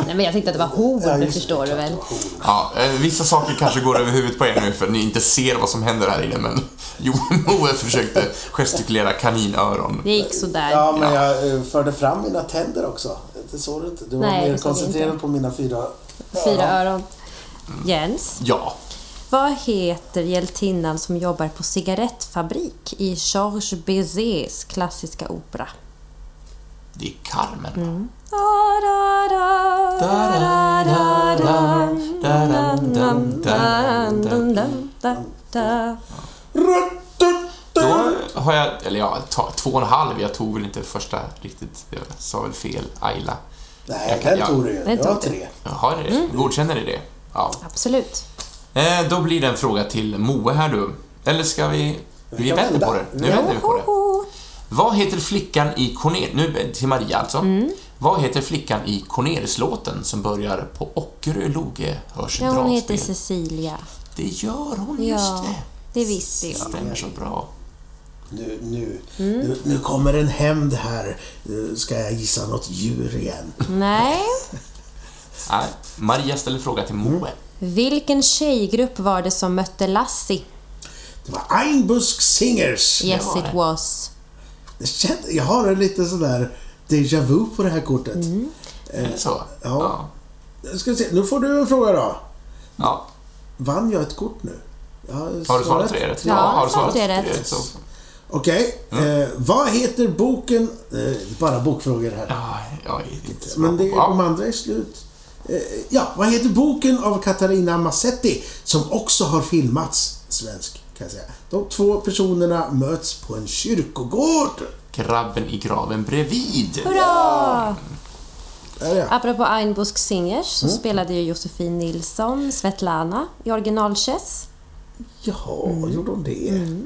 C: nej, men jag tänkte att det var
A: Ja,
C: horn,
A: just
C: det
A: det,
C: förstår du väl?
B: ja, eh, vissa saker kanske går över huvudet på er nu för att ni inte ser vad som händer här inne, men Johan Moe försökte gestikulera kaninöron.
C: Det gick sådär.
A: Ja, men jag eh, förde fram mina tänder också. Det såg du inte. Du var
C: Nej, det
A: mer
C: såg jag
A: koncentrerad
C: inte.
A: på mina fyra
C: Fyra öron. Jens,
B: Ja,
C: vad heter hjältinnan som jobbar på cigarettfabrik i Georges Bizets klassiska opera?
B: det är Carmen.
C: Da, da, da, da, da, da, da, da, da, da, da.
B: Då har jag, eller ja, ta, två och en halv. Jag tog väl inte första riktigt. Jag sa väl fel. Ayla.
A: Nej,
B: Jag kan-
A: den
B: jag-
A: tog du ju.
C: Den
A: Jag har
C: tog du.
A: tre.
B: Jaha, är det- godkänner ni det? Ja.
C: Absolut.
B: Eh, då blir det en fråga till Moe här du. Eller ska vi... Vi
A: kan
B: vänder
A: vända.
B: på det. Nu
A: Ja.
B: vänder vi på det. Vad heter flickan i Cornel... Nu till Maria alltså.
C: Mm.
B: Vad heter flickan i Cornelis-låten som börjar på Ockerö loge hörs
C: Ja,
B: ett
C: hon heter
B: dragspel?
C: Cecilia.
B: Det gör hon, just
C: Ja,
B: det.
C: det visste jag.
B: Stämmer så bra.
A: Nu, nu,
C: Mm.
A: nu, nu kommer en hämnd här. Eh, Ska jag gissa något djur igen?
C: Nej.
B: Nej, Äh, Maria ställer fråga till Moe.
C: Vilken tjejgrupp var det som mötte Lassie?
A: Det var Einbusk Singers.
C: Yes,
B: Ja.
C: it was.
A: Det kände, jag har en lite sådär déjà vu på det här kortet.
C: Mm.
B: Är det så?
A: Eh, Ja.
B: Ja.
A: Ska vi se, nu får du en fråga då.
B: ja.
A: Vann jag ett kort nu? Jag
B: Har du svarat tre rätt?
C: Ja,
B: har du svarat
C: det är
B: tre
C: rätt.
B: så-
A: Okej. Eh, vad heter boken... Eh, bara bokfrågor här.
B: Ja, jag är inte så
A: Men
B: bra
A: det,
B: på- ja.
A: de andra är slut. Eh, ja, vad heter boken av Katarina Massetti som också har filmats svensk, kan jag säga. De två personerna möts på en kyrkogård.
B: Grabben i graven bredvid.
C: Hurra!
A: Där är jag.
C: Apropå Einbusk Singers så
B: Mm.
C: spelade ju Josefin Nilsson Svetlana i originalchess.
A: Jaha, gjorde hon det?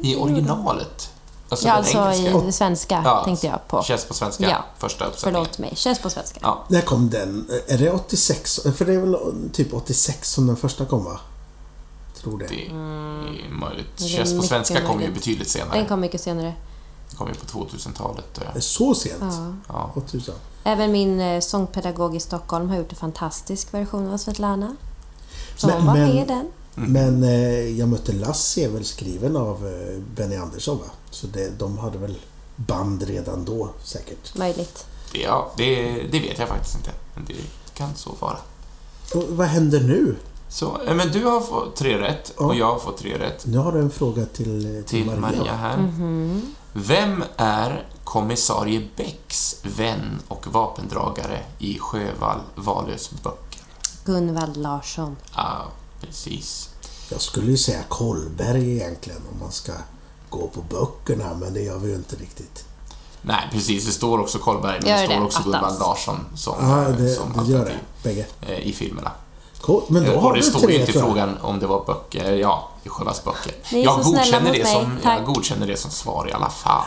B: I originalet. Alltså
C: Ja,
B: den
C: alltså i
B: engelska.
C: det svenska
B: Ja,
C: tänkte jag på.
B: Känns på svenska.
C: Ja.
B: Första uppsättningen.
C: Förlåt mig, chess på svenska.
B: Ja.
A: När kom den? Eh, Är det 86? För det är väl typ 86 som den första kom, va? Tror det.
B: Det är möjligt.
C: är
B: Chess på
C: mycket
B: svenska kom ju
C: möjligt.
B: betydligt
C: Den
B: senare.
C: kom mycket senare.
B: Den kom ju på 2000-talet. tror
A: Det är
B: jag.
A: så sent?
B: Ja.
A: 8000.
C: Även min eh, sångpedagog i Stockholm har gjort en fantastisk version av Svetlana. Så
A: Men-
C: hon var
A: men-
C: med i den.
B: Mm.
A: Men eh, Jag mötte Lassie är väl skriven av eh, Benny Andersson, va? Så det, de hade väl band redan då, säkert.
C: Möjligt.
B: Det, ja, det, det vet jag faktiskt inte. Men det kan så vara.
A: Och vad händer nu?
B: Så, eh, men du har fått tre rätt och jag har fått tre rätt.
A: Nu har du en fråga till, eh,
B: Till Maria här.
C: Mm. Mhm.
B: Vem är kommissarie Bäcks vän och vapendragare i Sjövall Valös böcker?
C: Gunvald Larsson.
B: Ja, precis.
A: Jag skulle ju säga Kolberg egentligen, om man ska gå på böckerna, men det gör vi ju inte riktigt.
B: Nej, precis. Det står också Karlberg, men
C: Gör
B: det står
C: det,
B: också
C: attans.
B: Gunvald Larsson som,
A: Ja, det,
B: som
A: det gör
B: alternativ
A: det. Bägge.
B: eh, i filmerna.
A: Cool. Men då
B: Eh,
A: har
B: Och det
A: du
B: står ju
A: tre,
B: inte i
A: tror jag.
B: frågan om det var böcker, ja, i Sjövals böcker.
C: Ni är
B: Jag
C: så snälla
B: godkänner,
C: mot
B: det
C: mig.
B: som, jag
C: Tack.
B: godkänner det som svar i alla fall.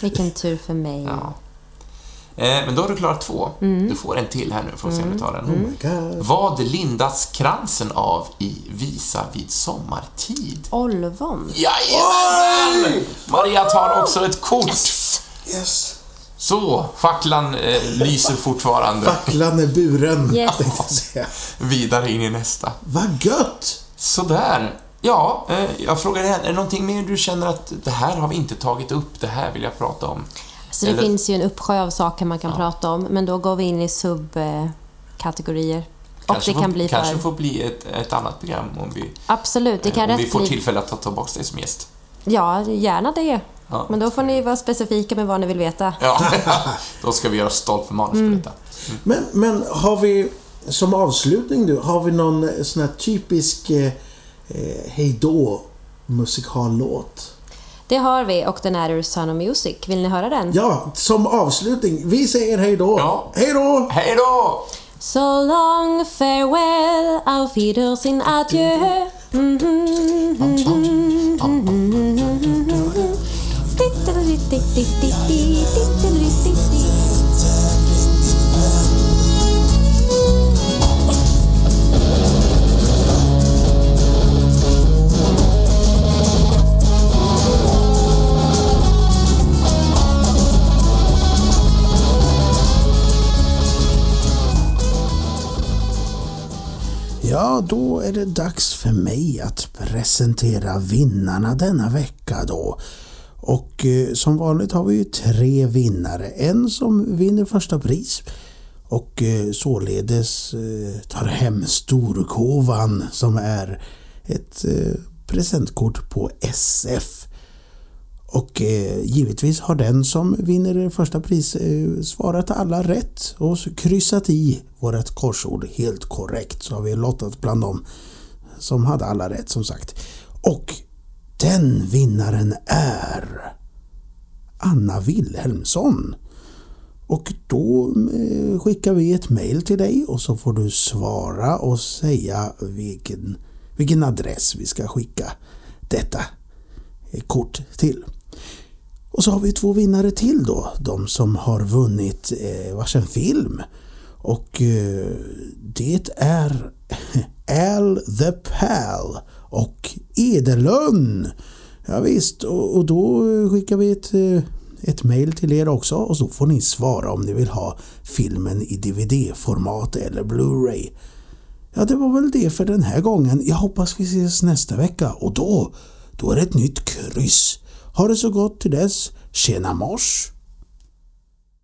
C: Vilken tur för mig.
B: Ja. Eh, Men då har du klarat två.
C: Mm.
B: Du får en till här nu, får vi se om du tar den.
A: God.
B: Vad lindas kransen av i Visa vid sommartid?
C: Olvon.
B: Jajamensan! Maria tar också ett kort.
A: Yes.
B: Så, facklan eh, lyser fortfarande.
A: Facklan är buren,
C: Yes.
A: tänkte jag säga.
B: Vidare in i nästa.
A: Vad gött!
B: Sådär. Ja, eh, jag frågar dig, är det någonting mer du känner att det här har vi inte tagit upp, det här vill jag prata om?
C: Så det
B: Eller-
C: finns ju en uppsjö av saker man kan prata om, men då går vi in i subkategorier. Och det
B: får,
C: kan bli
B: kanske
C: för...
B: får bli ett, ett annat program om vi,
C: Absolut, det kan
B: om vi
C: rätt
B: får
C: bli...
B: tillfälle att ta tillbaka dig som gäst.
C: Ja, gärna det.
B: Ja.
C: Men då får ni vara specifika med vad ni vill veta.
B: Ja, då ska vi göra oss stolt för manus
C: Mm.
B: på detta.
A: Men, men har vi, som avslutning nu, har vi någon eh, sån här typisk eh, eh, hejdå musikallåt?
C: Det Det har vi och den är ur Sound of Music. Vill ni höra den?
A: Ja, som avslutning. Vi säger hej då.
B: Ja.
A: Hej då!
B: Hej då!
C: So long, farewell, auf Wiedersehen, adieu. Mm-hmm.
A: Ja, då är det dags för mig att presentera vinnarna denna vecka då. Och eh, som vanligt har vi ju tre vinnare. En som vinner första pris och eh, således eh, tar hem storkovan som är ett eh, presentkort på SF. Och eh, givetvis har den som vinner det första pris eh, svarat alla rätt och så kryssat i vårt korsord helt korrekt. Så har vi lottat bland dem som hade alla rätt som sagt. Och den vinnaren är Anna Wilhelmsson. Och då eh, skickar vi ett mail till dig och så får du svara och säga vilken, vilken adress vi ska skicka detta kort till. Och så har vi två vinnare till då, de som har vunnit eh, varsin film. Och eh, det är Al the Pal och Edelön. Ja, visst, och, och då skickar vi ett, eh, ett mail till er också och så får ni svara om ni vill ha filmen i DVD-format eller Blu-ray. Ja, det var väl det för den här gången. Jag hoppas vi ses nästa vecka och då, då är det ett nytt kryss. Ha det så gott till dess. Tjena mors!